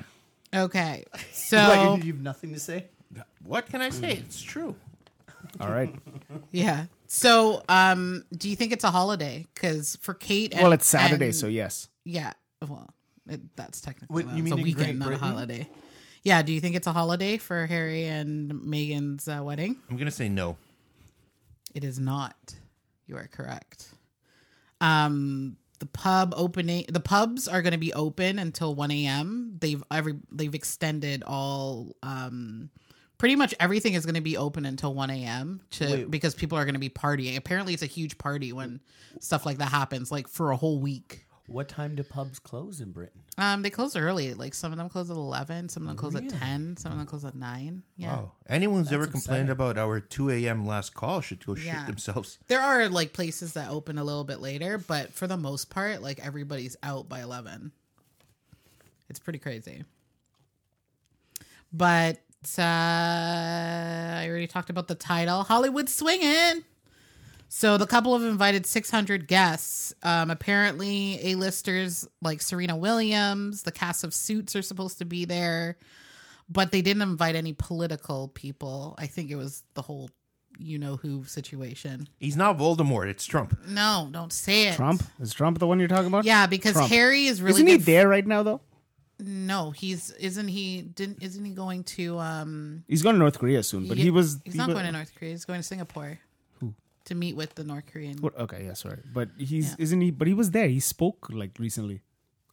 Okay.
Like,
So
you- you have nothing to say.
what can I say? It's true.
All right.
yeah. So um, do you think it's a holiday? Because for Kate, and,
Well, it's Saturday,
and-
so yes.
yeah. Well, it, that's technically
What,
not-
you
it's
mean
a
in
weekend,
Great
not a
Britain?
holiday. Yeah. Do you think it's a holiday for Harry and Megan's uh, wedding?
I'm gonna say no.
It is not. You are correct. Um, the pub opening, the pubs are going to be open until one a.m. They've every they've extended all. Um, pretty much everything is going to be open until one a.m. to because people are going to be partying. Apparently, it's a huge party when stuff like that happens, like for a whole week.
What time do pubs close in Britain?
Um, they close early. Like some of them close at eleven, some of them close at ten, some of them close at nine. Yeah.
Wow. Anyone who's ever complained about our 2 a.m. last call should go
Yeah.
shit themselves.
There are like places that open a little bit later, but for the most part, like everybody's out by 11. It's pretty crazy. But uh, I already talked about the title Hollywood Swingin'. So the couple have invited 600 guests. Um, apparently, A listers like Serena Williams, the cast of Suits are supposed to be there, but they didn't invite any political people. I think it was the whole you know who situation.
He's not Voldemort. It's Trump.
No, don't say it.
Trump? Is Trump the one you're talking about?
Yeah, because
Trump.
Harry is really
Isn't he
good-
there right now, though?
No, he's isn't he didn't isn't he going to um
He's going to North Korea soon, but he was.
he's
he
not
was-
going to North Korea, he's going to Singapore. To meet with the North Korean.
What- Okay, yeah, sorry, but he's isn't he? But he was there. He spoke like recently.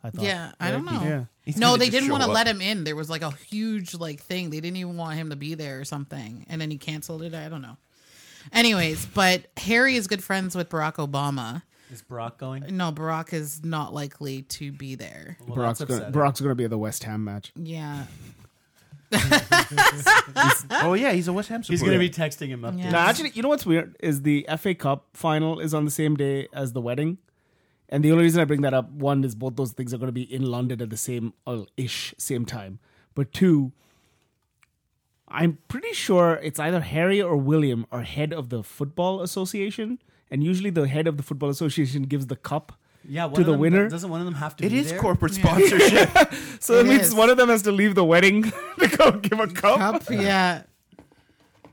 I thought.
Yeah, I don't
Right?
know.
Yeah.
He's
no,
gonna
they
just
didn't
show
want to
up.
let him in. There was like a huge like thing. They didn't even want him to be there or something. And then he canceled it. I don't know. Anyways, but Harry is good friends with Barack Obama.
Is Brock going?
No, Barack is not likely to be there.
Well,
Brock's
that's
gonna,
upsetting.
Brock's gonna be at the West Ham match.
Yeah.
Oh yeah, he's a West Ham supporter.
He's gonna be texting him up.
Yeah.
No, actually, you know what's weird is the FA Cup final is on the same day as the wedding, and the only reason I bring that up one is both those things are gonna be in London at the same or ish same time, but two. I'm pretty sure it's either Harry or William are head of the football association, and usually the head of the football association gives the cup
Yeah, one
to
of
the
them-
winner.
Doesn't one of them have to
It
be
is
there?
corporate sponsorship.
So that
It
means
is.
one of them has to leave the wedding to go give a cup.
Up, yeah.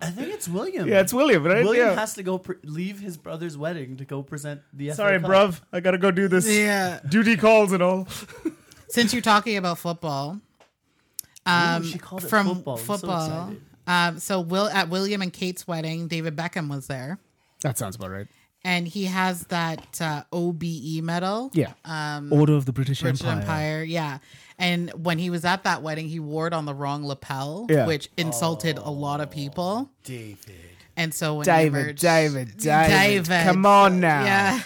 I think it's William.
Yeah, it's William, right?
William
yeah.
has to go pre- leave his brother's wedding to go present the. FA
Sorry,
Cup.
bruv. I gotta go do this.
Yeah.
Duty calls and all.
Since you're talking about football,
Um, she called it
from
football.
football.
I'm so excited.
um, so Will at William and Kate's wedding, David Beckham was there,
That sounds about right.
and he has that uh, OBE medal.
Yeah. Order of the British,
British Empire.
Empire.
yeah. And when he was at that wedding, he wore it on the wrong lapel,
Yeah.
which insulted a lot of people.
David.
And so when they
David,
merged-
David, David, Come on now.
Yeah.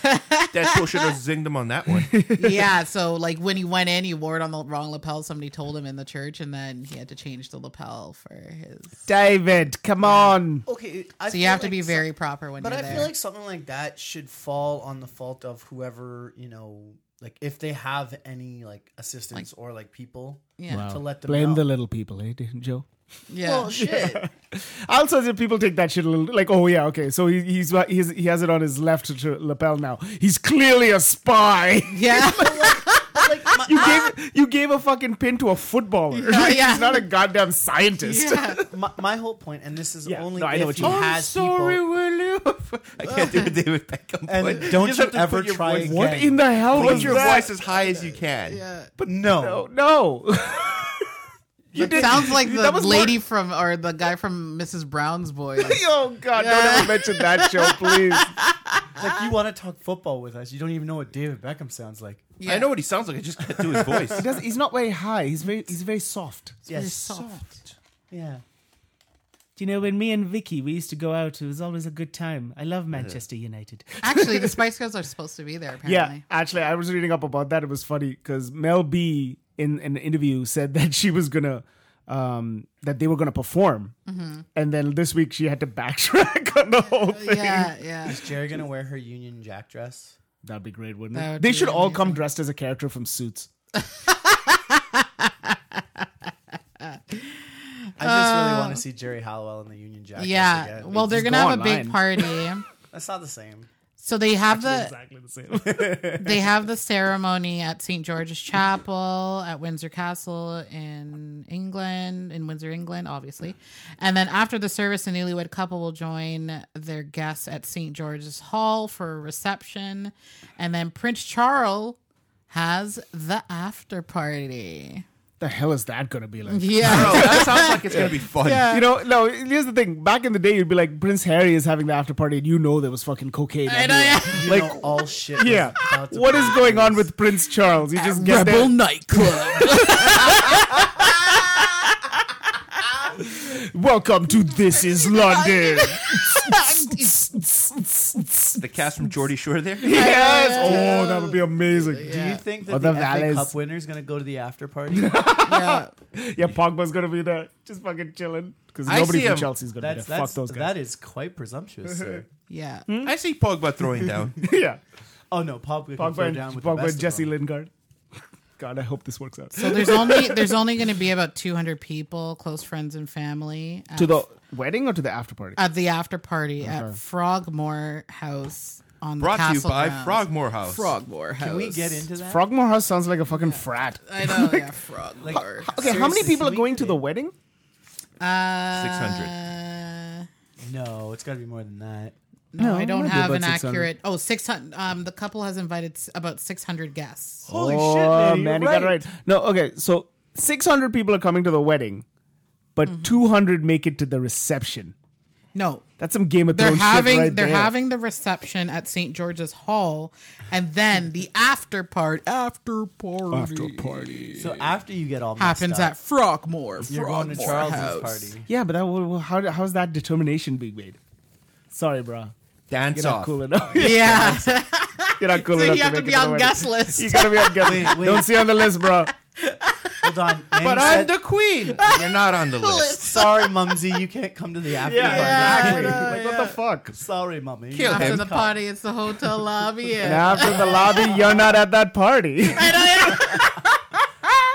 Deadpool should have zinged him on that one.
yeah, so like when he went in, he wore it on the wrong lapel. Somebody told him in the church, and then he had to change the lapel for his.
David, come on.
Okay, I
So you
feel
have to
like
be
some-
very proper when
But
you're
I
there.
feel like something like that should fall on the fault of whoever you know, like if they have any like assistants or like people
yeah,
to let them
Blame
know.
the little people, eh, Joe?
yeah.
Well, shit.
Also, the people take that shit a little like, oh yeah, okay. So he, he's, he's he has it on his left tr- lapel now. He's clearly a spy.
yeah.
like, my,
You gave you gave a fucking pin to a footballer. Like,
yeah.
He's not a goddamn scientist.
yeah.
my, my whole point, and this is
Yeah,
only
no, I know
if
what
he
you mean.
has people.
William. I can't do a David Beckham.
And
voice.
don't
just
you
have to put
ever
your
try
voice-
again.
What in the hell
Put
was
your
that?
voice as high as you can.
But no,
No, no. you
It sounds like the
that was more-
lady from or the guy from Mrs. Brown's Boys.
Oh God! Don't ever mention that show, please.
It's like you want to talk football with us, you don't even know what David Beckham sounds like.
Yeah.
I know what he sounds like. I just can't do his voice.
He doesn't- he's not very high. He's very he's very soft.
Yes,
It's soft.
yeah.
Do you know when me and Vicky we used to go out? It was always a good time. I love Manchester United.
Actually, the Spice Girls are supposed to be there.
Yeah,
Apparently,
actually, I was reading up about that. It was funny because Mel B in an interview said that she was gonna um that they were gonna perform, and then this week she had to backtrack on the whole thing.
yeah, yeah.
Is Jerry gonna wear her Union Jack dress?
That'd be great, wouldn't
That
it?
would
they
be
should all come dressed as a character from Suits.
I just really want to see Jerry Hallowell in the Union Jack.
Uh, yeah.
dress again.
Well, they're
just
gonna
go
have a big
online.
party.
that's not the same.
So they have the
Exactly the same.
they have the ceremony at St. George's Chapel at Windsor Castle in England, in Windsor, England, obviously. And then after the service, the newlywed couple will join their guests at St. George's Hall for a reception. And then Prince Charles has the after party.
the hell is that gonna be like?
Yeah.
Oh, that sounds like it's gonna be fun.
You know, no. Here's the thing. Back in the day, you'd be like Prince Harry is having the after party, and you know there was fucking cocaine.
I know,
everywhere.
yeah.
You know, all shit.
Yeah.
was about to
What is
happen.
going on with Prince Charles? You
Uh,
just get there.
Rebel nightclub.
Welcome to This Is London.
The cast from Geordie Shore there.
yes. Oh, that would be amazing.
Do you think that
Or
the,
the
FA
valets.
Cup winner is gonna go to the after party?
yeah.
Yeah, Pogba's gonna be there, just fucking chilling. Because
I
nobody
see
from
him.
Chelsea's gonna
That's,
be there. Fuck
that's
those guys.
that is quite presumptuous, sir.
Yeah.
I see Pogba throwing down.
yeah,
Oh no, Pogba, can
Pogba
go
and,
down with the
Pogba
best
and
of
Jesse
them.
Lingard. God, I hope this works out.
So there's only there's only going to be about 200 people, close friends and family.
to
at
the wedding or to the after party?
at the after party at Frogmore House on the
Brought to you
castle
by
grounds.
Frogmore House.
Frogmore House.
Can we get into that?
Frogmore House sounds like a fucking frat.
I know, yeah, Frogmore.
Okay, how many
Seriously,
people are
we
going to
could-
the wedding?
uh,
600.
No, it's got to be more than that.
No, I
might
don't
be
have
about
an
600.
accurate. Oh, 600. Um, the couple has invited s- about 600 guests.
Holy
oh man, you got it right. No, okay, so 600 people are coming to the wedding, but
Mm-hmm.
200 make it to the reception.
No.
That's some Game of
They're
Thrones
having
shit right
they're
there.
having the reception at St. George's Hall and then the after part after party
party.
So after you get all messed
happens
up,
at Frogmore.
you're going to
Frogmore
Charles's
House.
party.
Yeah, but that, well, how how's that determination being made? Sorry, bro.
Dance
You're
off.
not cool enough.
Yeah. so
You're not cool enough.
you have
make
to
it
be
the
on
wedding.
guest list.
You gotta be on guest list.
wait.
Don't see on the list, bro.
Hold on, Manny
But I'm
said-
the queen. You're not on the list.
sorry, Mumsy, you can't come to the after
Yeah,
party.
exactly. like what the fuck?
Sorry, Mummy.
Kill
After
him.
the party, it's the hotel lobby.
And
And
after the lobby, you're not at that party.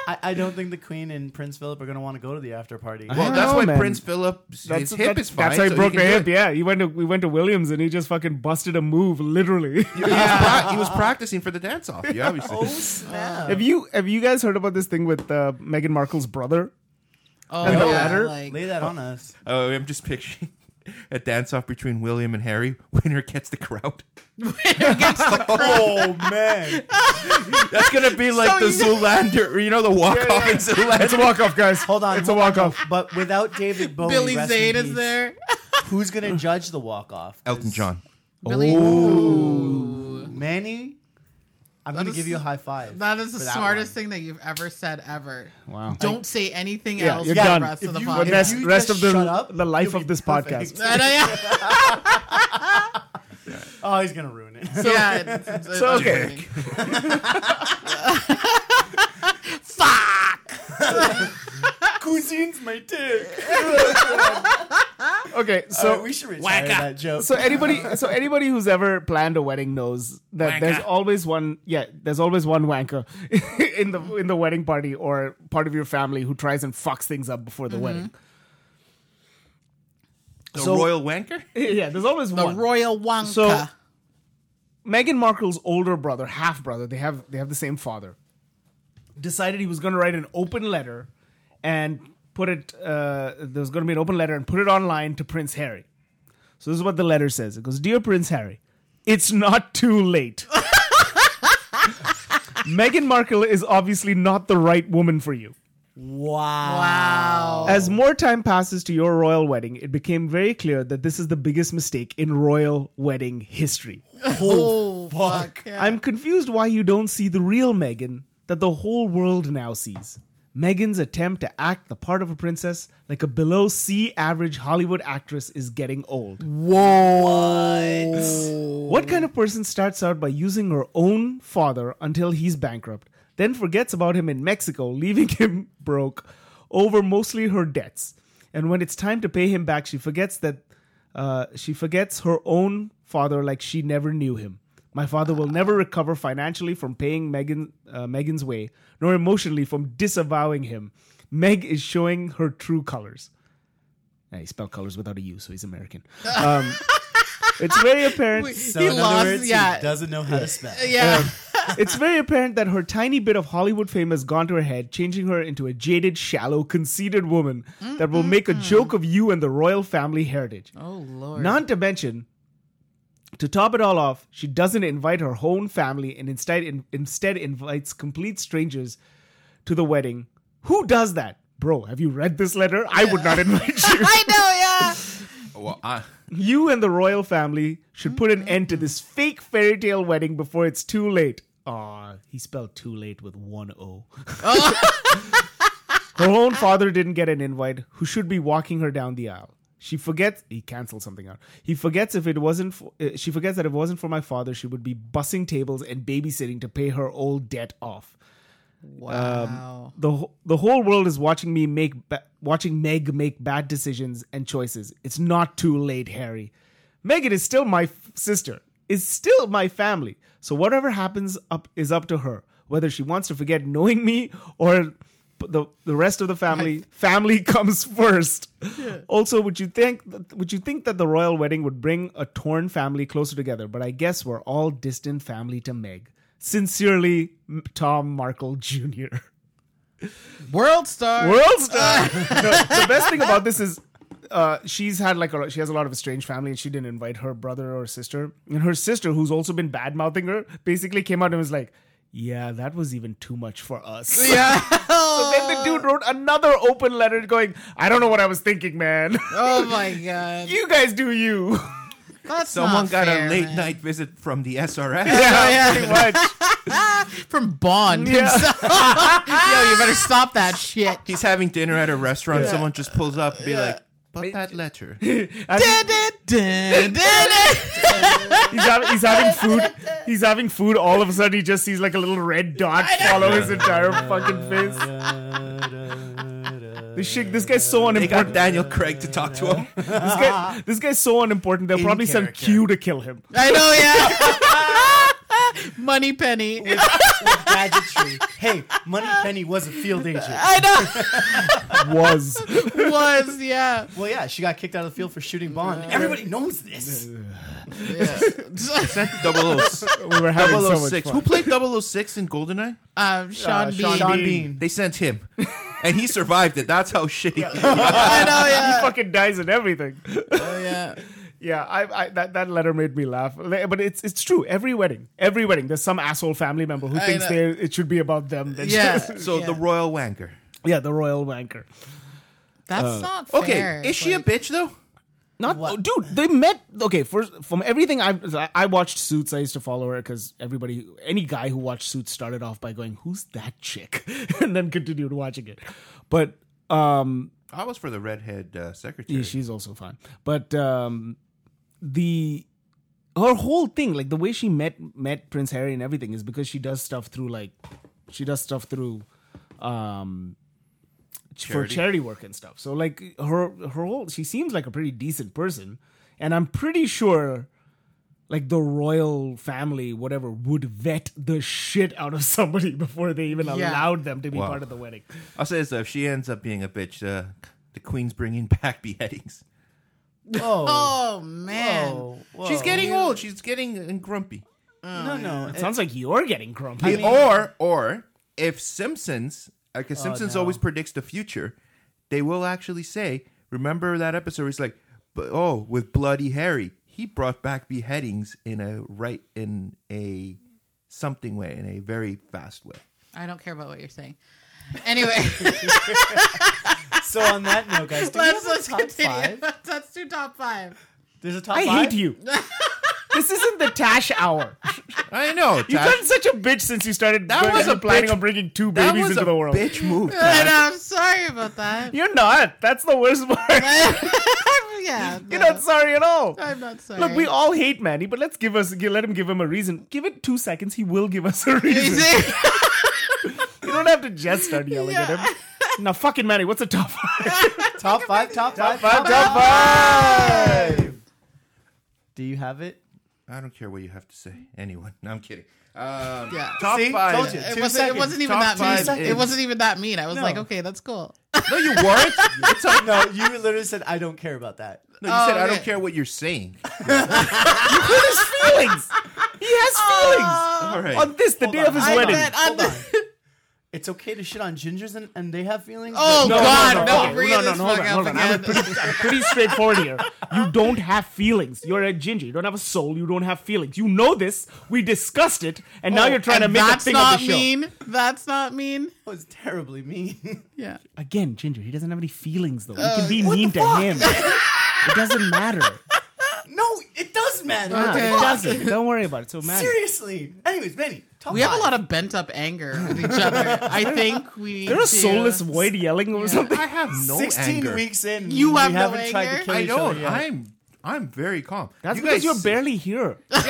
I, I don't think the Queen and Prince Philip are going to want to go to the after party.
well,
don't
that's
know,
why
man.
Prince Philip, his hip
that-
is fine.
That's how he
so
broke
can
the
do
hip.
it.
Yeah, he went to we went to Williams and he just fucking busted a move literally.
Pra- He was practicing for the dance off. Yeah, obviously.
have you have you guys heard about this thing with uh, Meghan Markle's brother?
oh,
and the
yeah,
ladder?
like-
Lay that on us.
Oh, I'm just picturing a dance off between William and Harry. Winner gets the crowd.
Oh man,
That's gonna be like the Zoolander, you know, the walk off in
It's a
Zoolander.
walk off, guys.
hold on,
it's a
hold on,
walk off.
But without David Bowie,
Billy
rest in
Zane is
peace,
there.
Who's going to judge the walk off?
Elton John.
Billy.
Manny I'm going to
is-
give you a high five.
That is the
for that
smartest
one.
thing that you've ever said ever.
Wow.
Don't say anything
Yeah,
else
you're
for
done.
the rest
If
of the
you-
podcast.
rest,
you
rest
just
of the
shut up,
the life
you'll
of this
be perfect.
podcast.
I know, yeah.
Oh, he's going to ruin it.
yeah, it's- it's- it's
So, okay.
annoying. Fuck.
Cousin's my dick.
Okay, so
So we should retire that joke.
so anybody so anybody who's ever planned a wedding knows that there's always one yeah there's always one wanker in the in the wedding party or part of your family who tries and fucks things up before the wedding
The
So-
royal wanker?
yeah there's always
The
one
Royal Wonka.
So- Meghan Markle's older brother, half brother, they have they have the same father, decided he was going to write an open letter and put it. Uh, there was going to be an open letter and put it online to Prince Harry. So this is what the letter says. It goes, "Dear Prince Harry, it's not too late." Meghan Markle is obviously not the right woman for you.
wow.
wow.
As more time passes to your royal wedding, it became very clear that this is the biggest mistake in royal wedding history.
Oh, fuck. Yeah.
I'm confused why you don't see the real Megan that the whole world now sees. Megan's attempt to act the part of a princess like a below C average Hollywood actress is getting old. Whoa. What kind of person starts out by using her own father until he's bankrupt, then forgets about him in Mexico, leaving him broke over mostly her debts? And when it's time to pay him back, she forgets that uh, she forgets her own father like she never knew him. My father will never recover financially from paying Megan uh, Megan's way, nor emotionally from disavowing him. Meg is showing her true colors. I spell colors without a U, so he's American. Um, it's very apparent.
So
He
in
lost-
other words,
yeah.
he doesn't know how to spell.
yeah.
it's very apparent that her tiny bit of Hollywood fame has gone to her head, changing her into a jaded, shallow, conceited woman that will make a joke of you and the royal family heritage.
oh, Lord.
Not to mention, to top it all off, she doesn't invite her own family and instead in, instead invites complete strangers to the wedding. Who does that? Bro, have you read this letter? I would not invite you.
I know, yeah.
Well, I,
You and the royal family should put an end to this fake fairy tale wedding before it's too late. Aw, he spelled too late with one O. her own father didn't get an invite, who should be walking her down the aisle. She forgets he canceled something out. He forgets if it wasn't for, uh, she forgets that if it wasn't for my father, she would be bussing tables and babysitting to pay her old debt off. Um,
Wow.
The wh- the whole world is watching me make ba- watching Meg make bad decisions and choices. It's not too late, Harry. Megan is still my f- sister. Is still my family. So whatever happens up is up to her. Whether she wants to forget knowing me or p- the the rest of the family, family comes first. Also, would you think would you think that the royal wedding would bring a torn family closer together? But I guess we're all distant family to Meg. Sincerely, M- Tom Markle Jr.
World star.
World star. No, the best thing about this is uh, she's had like a, she has a lot of estranged family, and she didn't invite her brother or sister. And her sister, who's also been bad mouthing her, basically came out and was like, "Yeah, that was even too much for us."
yeah.
so then the dude wrote another open letter going, "I don't know what I was thinking, man.
oh, my God.
you guys do you."
That's
someone
not
got
fair,
a late
man.
night visit from the SRS.
Pretty much.
From Bond
Yeah.
himself. Yo, you better stop that shit.
He's having dinner at a restaurant. Someone just pulls up and be like, but that letter.
I think-
Dun, dun, dun, dun, dun.
he's, having, he's having food. He's having food. All of a sudden, he just sees like a little red dot follow his entire fucking face. This shit, this guy's so
They
unimportant.
got Daniel Craig to talk to him.
This, guy, this guy's so unimportant. They'll probably send
character.
Q to kill him.
I know, yeah. Money Penny.
With gadgetry. Hey, Money Penny was a field agent.
I
Was
know. Was, yeah.
Well, yeah, she got kicked out of the field for shooting Bond. Everybody knows this.
Double
we were having so much
006. Who
fun.
played 006 in GoldenEye?
Um, Sean
Uh,
B.
Sean
Sean
Bean.
Bean.
They sent him. And he survived it. That's how shitty.
I know, Oh, yeah.
He fucking dies and everything.
Oh, yeah.
yeah, I, I that, that letter made me laugh. But it's it's true. Every wedding, every wedding, there's some asshole family member who thinks
know.
they it should be about them. Then-
Yeah.
So
yeah.
the royal wanker.
yeah, the royal wanker.
That's not
Uh,
Okay,
fair.
is she
Like,
a bitch though?
Not
What?
oh, dude. They met. Okay, first from everything I I watched Suits. I used to follow her because everybody, any guy who watched Suits, started off by going, "Who's that chick?" and then continued watching it. But um,
I was for the redhead uh, secretary.
yeah, she's also fine. But um, the her whole thing, like the way she met met Prince Harry and everything, is because she does stuff through like she does stuff through um for
Charity.
charity work and stuff. So like her her whole she seems like a pretty decent person, and I'm pretty sure. Like the royal family, whatever, would vet the shit out of somebody before they even
Yeah.
allowed them to be
Wow.
part of the wedding.
I'll say this though, if she ends up being a bitch, uh, the queen's bringing back beheadings.
Oh,
Oh man.
Whoa, whoa.
She's getting old. She's getting uh, grumpy.
no, no.
It sounds like you're getting grumpy.
or or if Simpsons, like
Oh,
if Simpsons
no.
always predicts the future, they will actually say, "Remember that episode? Where he's like, but oh, with Bloody Harry, he brought back beheadings in a right in a something way, in a very fast way."
I don't care about what you're saying. Anyway,
So on that note, guys, do we have
let's
a
let's
top
continue.
five?
Let's do top five.
There's a top
I
five.
hate you. this isn't the Tash hour.
I know.
You've
Tash.
been such a bitch since you started.
That was a
planning
bitch-
on bringing two
that
babies
was
into
a
the world.
bitch move.
I
Tash.
am sorry about that.
You're not. That's the worst part.
yeah,
You're
no,
not sorry at all.
I'm not sorry.
Look, we all hate Manny, but let's give us let him give him a reason. Give it two seconds. He will give us a reason. You don't have to just start yelling at him. Now, fucking Manny, what's a top five?
Top five, top five,
Five, top five.
Do you have it?
I don't care what you have to say. Anyone? No, I'm kidding. Um,
Yeah.
Top
See?
five.
Told you.
it,
Two
wasn't, it
seconds.
wasn't even
Top
that
five
mean.
is-
It wasn't even that mean. I was
No.
like, okay, that's cool.
No, you weren't. It's a-
No, you literally said I don't care about that.
no, you said I
okay.
don't care what you're saying.
His feelings. He
Uh,
has
All right.
feelings on this, the day
on.
of his
I
wedding.
bet
Hold
I'm-
on. It's okay to shit on gingers and, and they have feelings.
Oh
but-
God, no!
okay,
bring this
hold
fuck
on, hold
up
on. I'm, a
again.
pretty, I'm pretty straightforward here. You don't have feelings. You're a ginger. You don't have a soul. You don't have feelings. You know this. We discussed it, and now you're trying to
Oh, And
make a
that's
thing of the
not
show.
mean. That's not mean.
That was terribly mean.
Yeah.
Again, ginger. He doesn't have any feelings though. You
Uh,
can be mean to him. it doesn't matter.
no, it does matter.
No,
Okay.
It doesn't. Don't worry about it. So matter.
Seriously. Anyways, Manny, top
We have a lot of bent up anger with each other. I think we. need
You're a
to-
soulless void yelling over something.
I have no
16
anger.
weeks in.
You
we
have no
haven't tried
anger?
to kill
I
each
don't.
other yet.
I'm I'm very calm.
That's
You
because
guys-
you're barely here.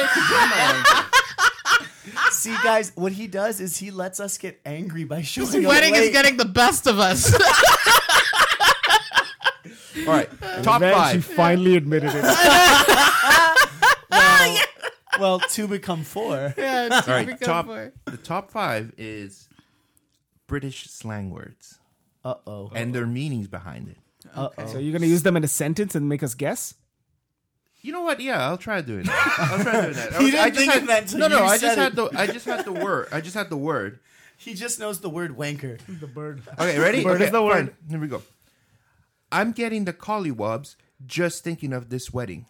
See, guys, what he does is he lets us get angry by showing up
Wedding
late.
is getting the best of us.
All right, top
Man, she
five.
finally admitted it.
well two become four.
yeah,
All right, top. The top five is British slang words
Uh oh.
and their meanings behind it.
Uh oh.
so you're gonna use them in a sentence and make us guess?
You know what? Yeah, I'll try doing that. I'll try doing that. I,
He
was- I
didn't
just
think
had,
of that till
no, no.
you
I just
said
had
it.
the. I just had the word. I just had the word.
He just knows the word wanker.
The bird.
Okay, ready?
Word
okay,
is the
fine.
word.
Here we go. I'm getting the collywobs just thinking of this wedding.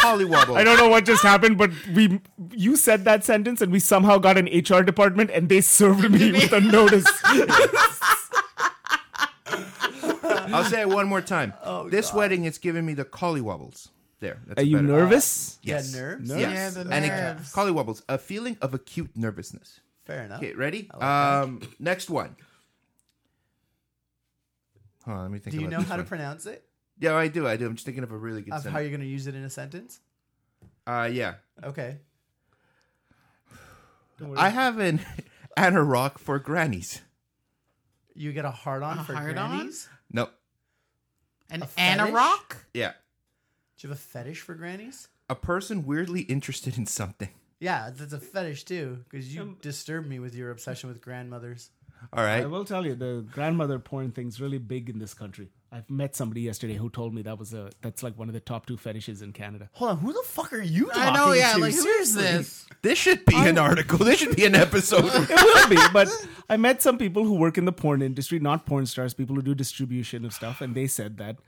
Collywobble.
I don't know what just happened, but we you said that sentence and we somehow got an HR department and they served me with a notice.
I'll say it one more time. this wedding is giving me the collywobbles. There. That's
Oh, Are you
better.
nervous?
Yes.
Yeah, nerves?
Yes.
Yeah, the
And it,
nerves.
collywobbles, a feeling of acute nervousness.
Fair enough.
Okay, ready?
I like that.
um, next one. Hold on, let me think.
Do you
about
know
this
how to
one.
pronounce it?
Yeah, I do. I do. I'm just thinking of a really good
Of how
sentence.
you're going to use it in a sentence?
Uh, yeah.
Okay.
I have an anorak for grannies.
You get a hard on
A
for
hard-on?
grannies?
No.
An
A fetish?
anorak?
Yeah.
Do you have a fetish for grannies?
A person weirdly interested in something.
Yeah, that's a fetish too, because
Um,
you disturb me with your obsession with grandmothers.
All right.
I will tell you, the grandmother porn thing's really big in this country. I've met somebody yesterday who told me that was a that's like one of the top two fetishes in Canada.
Hold on, who the fuck are you talking
I know. Yeah.
to?
Like who is
Seriously.
this?
This should be an article. This should be an episode.
It will be, but I met some people who work in the porn industry, not porn stars, people who do distribution of stuff, and they said that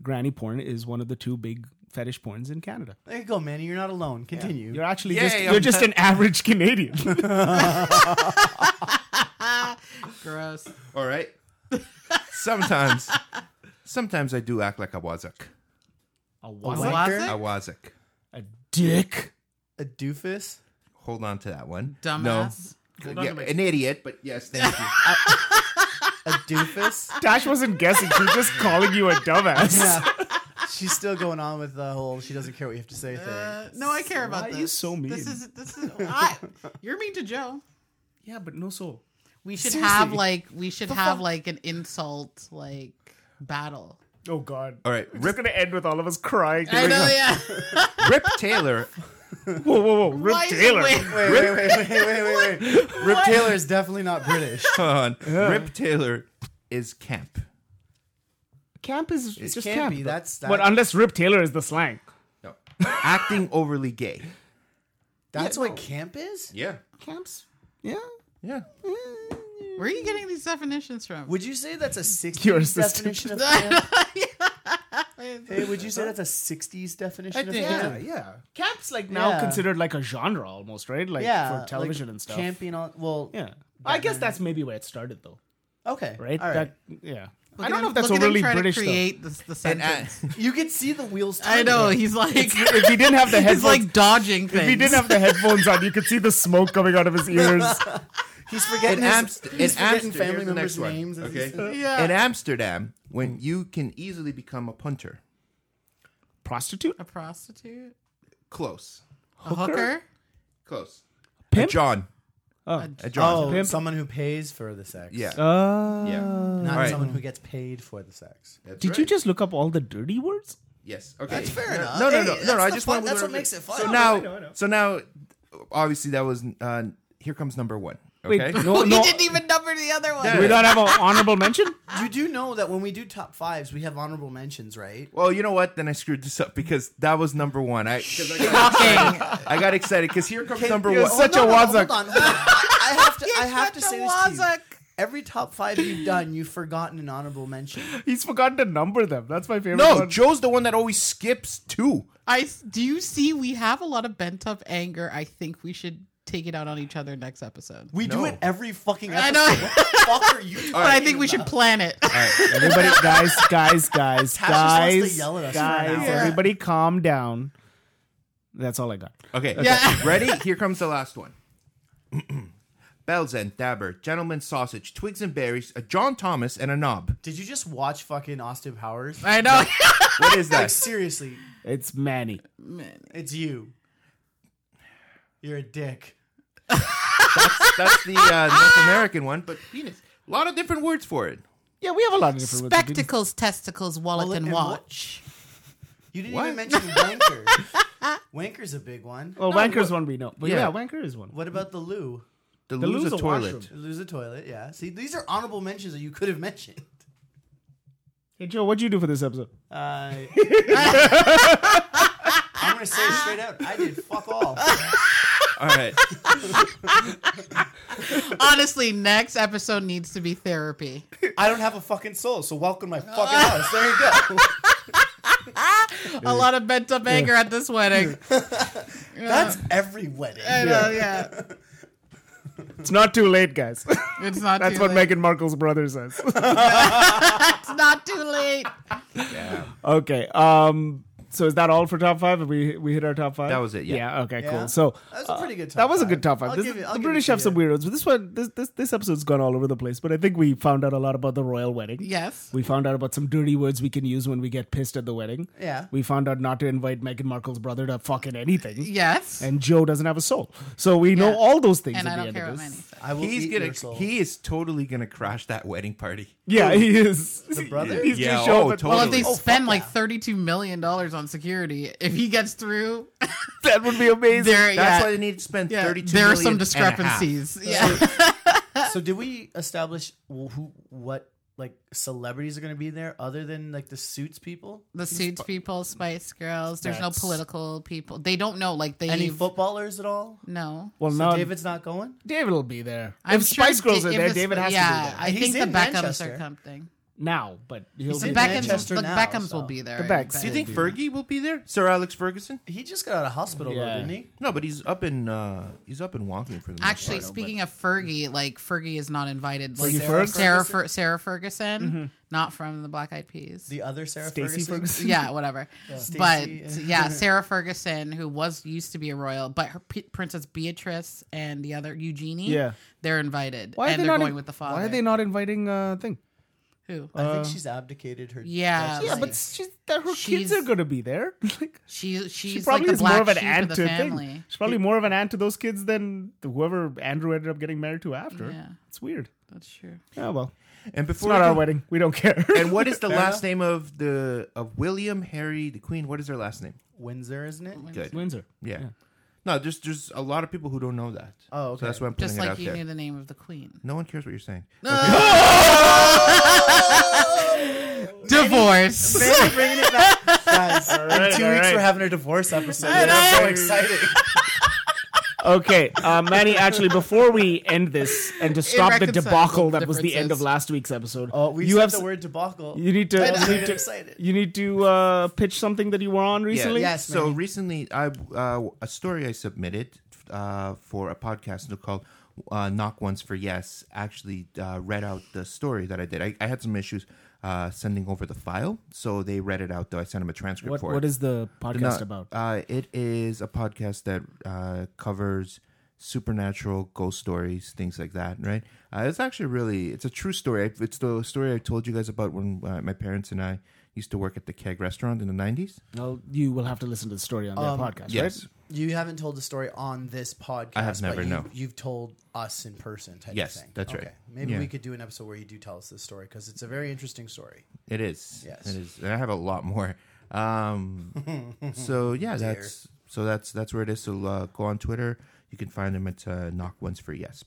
granny porn is one of the two big fetish porns in Canada.
There you go, Manny. You're not alone. Continue.
You're actually
Yay,
just
I'm
you're just
not-
an average Canadian.
Gross.
All right. Sometimes, Sometimes I do act like a wazak.
A
A
what?
wanker?
A wazak.
A dick.
A doofus?
Hold on to that one.
Dumbass.
No. Yeah, an idiot, but yes, thank you.
A doofus?
Dash wasn't guessing. She was just calling you a dumbass.
yeah. She's still going on with the whole she doesn't care what you have to say thing.
Uh, no, I care about
Why are
this.
you so mean?
This is this is. I, you're mean to Joe.
Yeah, but no soul.
We should
Seriously.
have like we should have like an insult like battle.
Oh God.
All right,
We're
Rip,
gonna end with all of us crying.
I know, yeah.
Rip Taylor.
Whoa, whoa, whoa! Rip
Why is it
Taylor.
weird?
Wait, wait, wait, wait, wait, wait, wait. Rip Taylor is definitely not British.
Hold on. Rip Taylor is camp.
Camp is it's just
can't
camp.
be. That's-
But
that-
unless Rip Taylor is the slang.
No, acting overly gay.
That's what camp is?
Yeah,
Camps. Yeah.
yeah.
Where are you getting these definitions from?
Would you say that's a 60s
Your assistant.
definition of camp? hey, would you say that's a 60s definition of camp?
yeah. Camp's like now
Yeah.
considered like a genre almost, right? Like
yeah,
for television and stuff.
Camping on well,
Yeah. I guess that's maybe where it started though,
okay,
right?
All right.
That yeah. I don't
Look at
know
him-
if that's
look at him
overly
try
British
to
though.
create this, the
And uh,
sentence.
you could see the wheels.
I know he's like
If he didn't have the
he's
headphones,
like dodging things.
if he didn't have the headphones on, you could see the smoke coming out of his ears.
He's forgetting
In
his-
Amst- in
he's forgetting
Amster-
family
here's the
members'
next one,
names. as he
okay? Hmm.
said.
yeah.
in Amsterdam, when you can easily become a punter.
Prostitute,
a prostitute,
Close,
a hooker,
close.
pimp.
A John.
Oh.
A John.
Oh,
Pimp.
someone who pays for the sex.
Yeah.
Uh,
yeah.
not
Alright.
someone who gets paid for the sex.
That's
Did
right.
you just look up all the dirty words?
Yes. Okay.
That's fair
no,
enough.
No,
Hey,
no, no,
that's
no, no. I
the
just
fun-
want.
that's
we
what
were-
makes it fun.
So
I know,
now,
I know.
so now, obviously that was. Uh, here comes number one.
Wait,
Okay.
no,
Oh,
no.
he didn't even number the other one.
We don't have an honorable mention.
You do know that when we do top fives, we have honorable mentions, right?
Well, you know what? Then I screwed this up because that was number one. I 'cause I got,
Fucking-
I got excited because here comes number
you're
one.
such
oh, no,
a
no, no,
wazak.
Hold on, hold on. I I have to. I have to
such
say
a
this to you.
wazak.
Every top five you've done, you've forgotten an honorable mention.
He's forgotten to number them. That's my favorite.
No,
one.
Joe's the one that always skips two.
I do you see we have a lot of bent up anger. I think we should take it out on each other next episode.
We do
No.
it every fucking
I
episode.
know.
What the fuck are you? Talking
but I think we should plan it.
All right.
Everybody, guys, guys, guys,
just wants to
guys,
yell at us for an
guys.
hour.
Everybody, calm down. That's all I got.
Okay.
Yeah.
Ready? Here comes the last one. Bells and dabber, gentleman sausage, twigs and berries, a John Thomas, and a knob.
Did you just watch fucking Austin Powers?
I know.
What is
Like
that?
seriously,
It's Manny.
it's you. You're a dick.
that's, that's the uh, North American one, but penis. A lot of different words for it.
Yeah, we have a lot of different words.
Spectacles, testicles, wallet,
Wallet
and
and
watch.
You didn't
What?
even mention wanker. Wanker's a big one.
Well, Oh, wanker's one we know. But yeah.
yeah.
wanker is one.
What about the loo?
The,
The
lose
loo's
a
a
toilet.
washroom.
Lose a toilet. Yeah. See, these are honorable mentions that you could have mentioned.
Hey Joe, what'd you do for this episode?
Uh, I'm gonna say it straight out. I did fuck all.
All right.
Honestly, next episode needs to be therapy.
I don't have a fucking soul, so welcome to my fucking house. There you go.
A lot of bent up anger at this wedding.
That's every wedding.
I know, yeah.
It's not too late, guys.
It's not
That's
too
what
late.
Meghan Markle's brother says.
It's not too late.
okay. Um. So is that all for top five? Have we we hit our top five?
That was it, yeah.
Okay.
Yeah.
Cool. So
That was a pretty good
Uh, That
top
was a
five.
good top 5
I'll
This-
give it- I'll
the
give
British
it
have
to
some
you.
weirdos, but this one, this this this episode's gone all over the place. But I think we found out a lot about the royal wedding.
Yes.
We found out about some dirty words we can use when we get pissed at the wedding.
Yeah.
We found out not to invite Meghan Markle's brother to fucking anything.
Yes.
And Joe doesn't have a soul, so we know
Yeah.
all those things.
And
at the
I don't
end
care
of
what
this.
Manny said.
I will
He's
eat your
gonna.
soul.
He is totally gonna crash that wedding party.
Yeah, he is.
The brother?
He's
Yeah,
gonna show
oh,
up at-
totally.
Well, if they
Oh,
spend like $32 million on security, if he gets through,
That would be amazing.
there,
That's
yeah,
why they need to spend
yeah,
thirty-two.
there are
million
some
and a half.
discrepancies. Yeah.
so did we establish wh- who what like celebrities are going to be there other than like the suits people?
the Suits people, Spice Girls. There's no
That's-
political people. They don't know. Like they
Any footballers at all?
no.
Well,
So
no, David,
David's not going.
David will be there.
I'm
if
sure
Spice Girls
Da-
are
if
there,
the-
David has
yeah,
to be there.
I
He's
think the
in
Beckhams
Manchester.
are coming.
now, but he'll
The
in
Beckhams,
Manchester
the
now,
Beckhams
so-
will be there.
The
I
Becks.
bet.
Do
Do you think Fergie will be there? Sir Alex Ferguson?
He just got out of hospital, though,
Yeah.
didn't he?
No, but he's up in uh he's up in Wonking for the most
Actually,
part,
speaking of Fergie, like Fergie is not invited. Like
Fergie
Sarah,
Ferg?
Sarah, Fer- Sarah Ferguson, not from the Black Eyed Peas.
The other Sarah
Stacey
Ferguson.
Ferguson.
yeah, whatever. But
Stacey.
yeah, Sarah Ferguson, who was used to be a royal, but her P- Princess Beatrice and the other Eugenie,
Yeah.
they're invited,
Why are
and
they
are
not
going
in-
with the father.
Why are they not Uh, inviting uh thing?
Who?
I think she's abdicated her.
yeah,
Yeah,
like,
but she's, that her
she's-
kids are gonna be there. Like
she she's
she probably
like the
is more
black
of an
sheep
aunt
of the
to thing.
family.
She's probably more of an aunt to those kids than whoever Andrew ended up getting married to after.
Yeah.
It's weird.
That's true.
Oh well.
but- and
It's
before
not our
we-
wedding. We don't care.
And what is the last name of the of William Harry the Queen? What is their last name?
Windsor, isn't it?
Good.
Windsor.
Yeah. No, just there's a lot of people who don't know that.
Oh,
So
okay.
that's why I'm putting
Just
it
like
out
you
there.
knew the name of the queen.
No one cares what you're saying.
Divorce.
Thanks for bringing it back, guys. in two
all
weeks
right.
we're having a divorce episode. I'm so excited.
Okay, uh, Manny. Actually, before we end this and to stop the
Irreconcilable
debacle that was the end of
differences.
last week's episode,
Oh, we
you
said
have
the
s-
word debacle.
you need to
I know,
you
I'm
need to,
excited.
you need to uh, pitch something that you were on recently.
Yes,
so
man.
recently, I uh, a story I submitted uh, for a podcast called uh, "Knock Once for Yes." Actually, uh, read out the story that I did. I, I had some issues uh, sending over the file, so they read it out. Though I sent them a transcript
What
for
what
it.
is the podcast
No,
about?
Uh, it is a podcast that uh, covers supernatural ghost stories, things like that. Right? Uh, it's actually really it's a true story. I- It's the story I told you guys about when uh, my parents and I used to work at the Keg restaurant in the nineties.
Well, you will have to listen to the story on their podcast,
Um, Yes.
right?
You haven't told the story on this podcast.
I have
but
never,
you,
no.
You've told us in person. Type
Yes,
of thing.
that's right.
Okay. Maybe
Yeah.
we could do an episode where you do tell us this story because it's a very interesting story.
It is.
Yes.
It is. And I have a lot more. Um, so yeah, that's so that's that's where it is. So uh, go on Twitter. You can find them at uh, knock once for yes.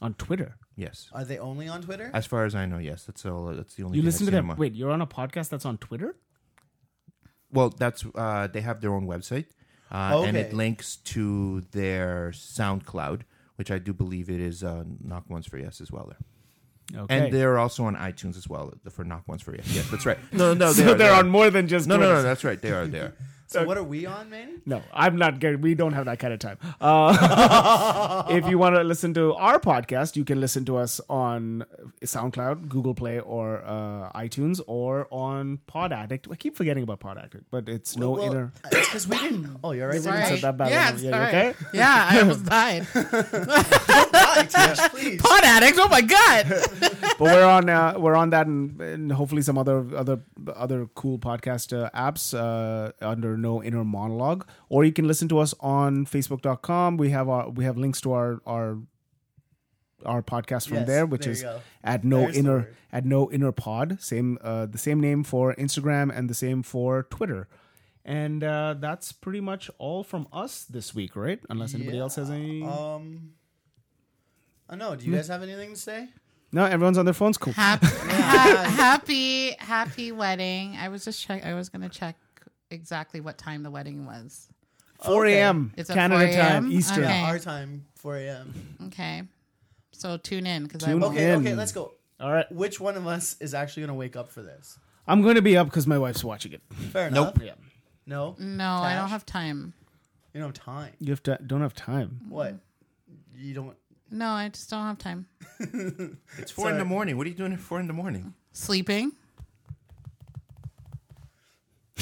On Twitter.
Yes.
Are they only on Twitter?
As far as I know, yes. That's all. That's the only.
You
thing I've
listen to
seen
them.
on.
Wait, you're on a podcast that's on Twitter?
Well, that's uh, they have their own website, uh, and it
Okay.
links to their SoundCloud, which I do believe it is uh, knock once for yes as well there.
Okay.
And they're also on iTunes as well for knock once for yes. Yes, that's right. No, no, they
so
are,
they're
they are.
on more than just
No, no,
Twitter.
no. That's right. They are there.
so what are we on, man?
No, I'm not good. We don't have that kind of time. Uh, if you want to listen to our podcast, you can listen to us on SoundCloud, Google Play, or uh, iTunes, or on Pod Addict. I keep forgetting about Pod Addict, but it's no
Well,
inner.
it's because we didn't. Oh, you're right.
Sorry.
said that bad
Yeah,
one.
it's
Yeah, you
alright.
okay?
Yeah, I almost died.
Right, Tash, please.
Pot addict. Oh my god.
but we're on uh, we're on that and, and hopefully some other other other cool podcast uh, apps uh, under no inner monologue or you can listen to us on facebook.com we have our we have links to our our our podcast from
Yes,
there which
there
is
you go.
at no
There's the
inner
word.
at no inner pod same uh, the same name for instagram and the same for twitter and uh, that's pretty much all from us this week right unless anybody else has any
Um. I know. Do you
Hmm.
guys have anything to say?
no everyone's on their phones cool
Happy, ha- happy, happy wedding. I was just check. I was gonna check exactly what time the wedding was.
4 a.m
It's at
canada
4
time
a.m.?
eastern
Okay.
Our time, 4 a.m.
Okay, so tune in because I
Tune
will.
Okay, okay,
In.
let's go.
all right
Which one of us is actually going to wake up for this?
I'm going to be up because my wife's watching it.
Fair enough.
Yeah.
No,
No, I don't
Tash?
have time.
you don't have time.
You have to, don't have time.
What? You don't.
No, I just don't have time.
It's four in the morning. What are you doing at four in the morning?
Sleeping.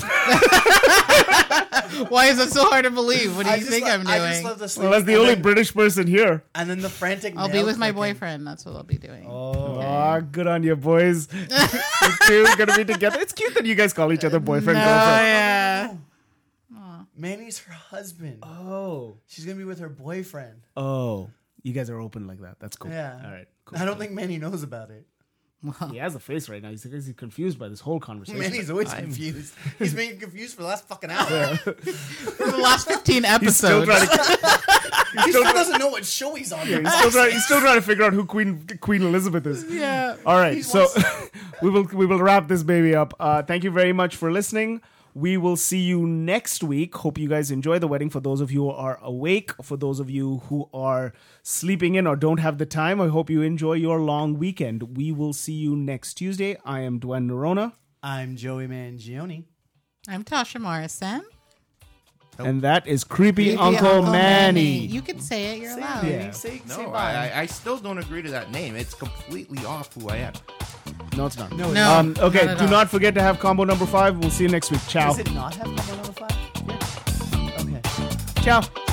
Why is it so hard to believe? What do you
just
think
lo-
I'm doing?
I just love the
Well, that's the only
and, then,
British person here.
and then the frantic.
I'll be
nail
with my
clicking.
boyfriend. That's what I'll be doing.
Ah, good on you, boys. the two gonna be together. It's cute that you guys call each other boyfriend, girlfriend.
yeah.
Manny's her husband.
Oh,
She's gonna be with her boyfriend.
oh, you guys are open like that. That's cool.
Yeah.
All right. Cool.
I don't think Manny knows about it.
He has a face right now. He's, he's confused by this whole conversation.
Manny's always confused. He's been confused for the last fucking hour.
For the last 15 episodes.
He's still, trying to,
he still doesn't know what show he's on.
he's, still trying, he's still trying to figure out who Queen Queen Elizabeth is.
yeah.
All right, so we will we will wrap this baby up. Uh, thank you very much for listening. We will see you next week. Hope you guys enjoy the wedding. For those of you who are awake, for those of you who are sleeping in or don't have the time, I hope you enjoy your long weekend. We will see you next Tuesday. I am Dwayne Nerona,
I'm Joey Mangione.
I'm Tasha Morrison.
and that is Creepy,
Creepy
Uncle, Manny.
You can say it. You're allowed.
Yeah.
Say, say
No,
bye.
I, I- I still don't agree to that name. It's completely off who I am.
No, it's not.
no,
No.
Um, okay,
Not at
do
all.
not forget to have combo number five. We'll see you next week. Ciao.
Does it not have combo number five? Yeah. Okay.
Ciao.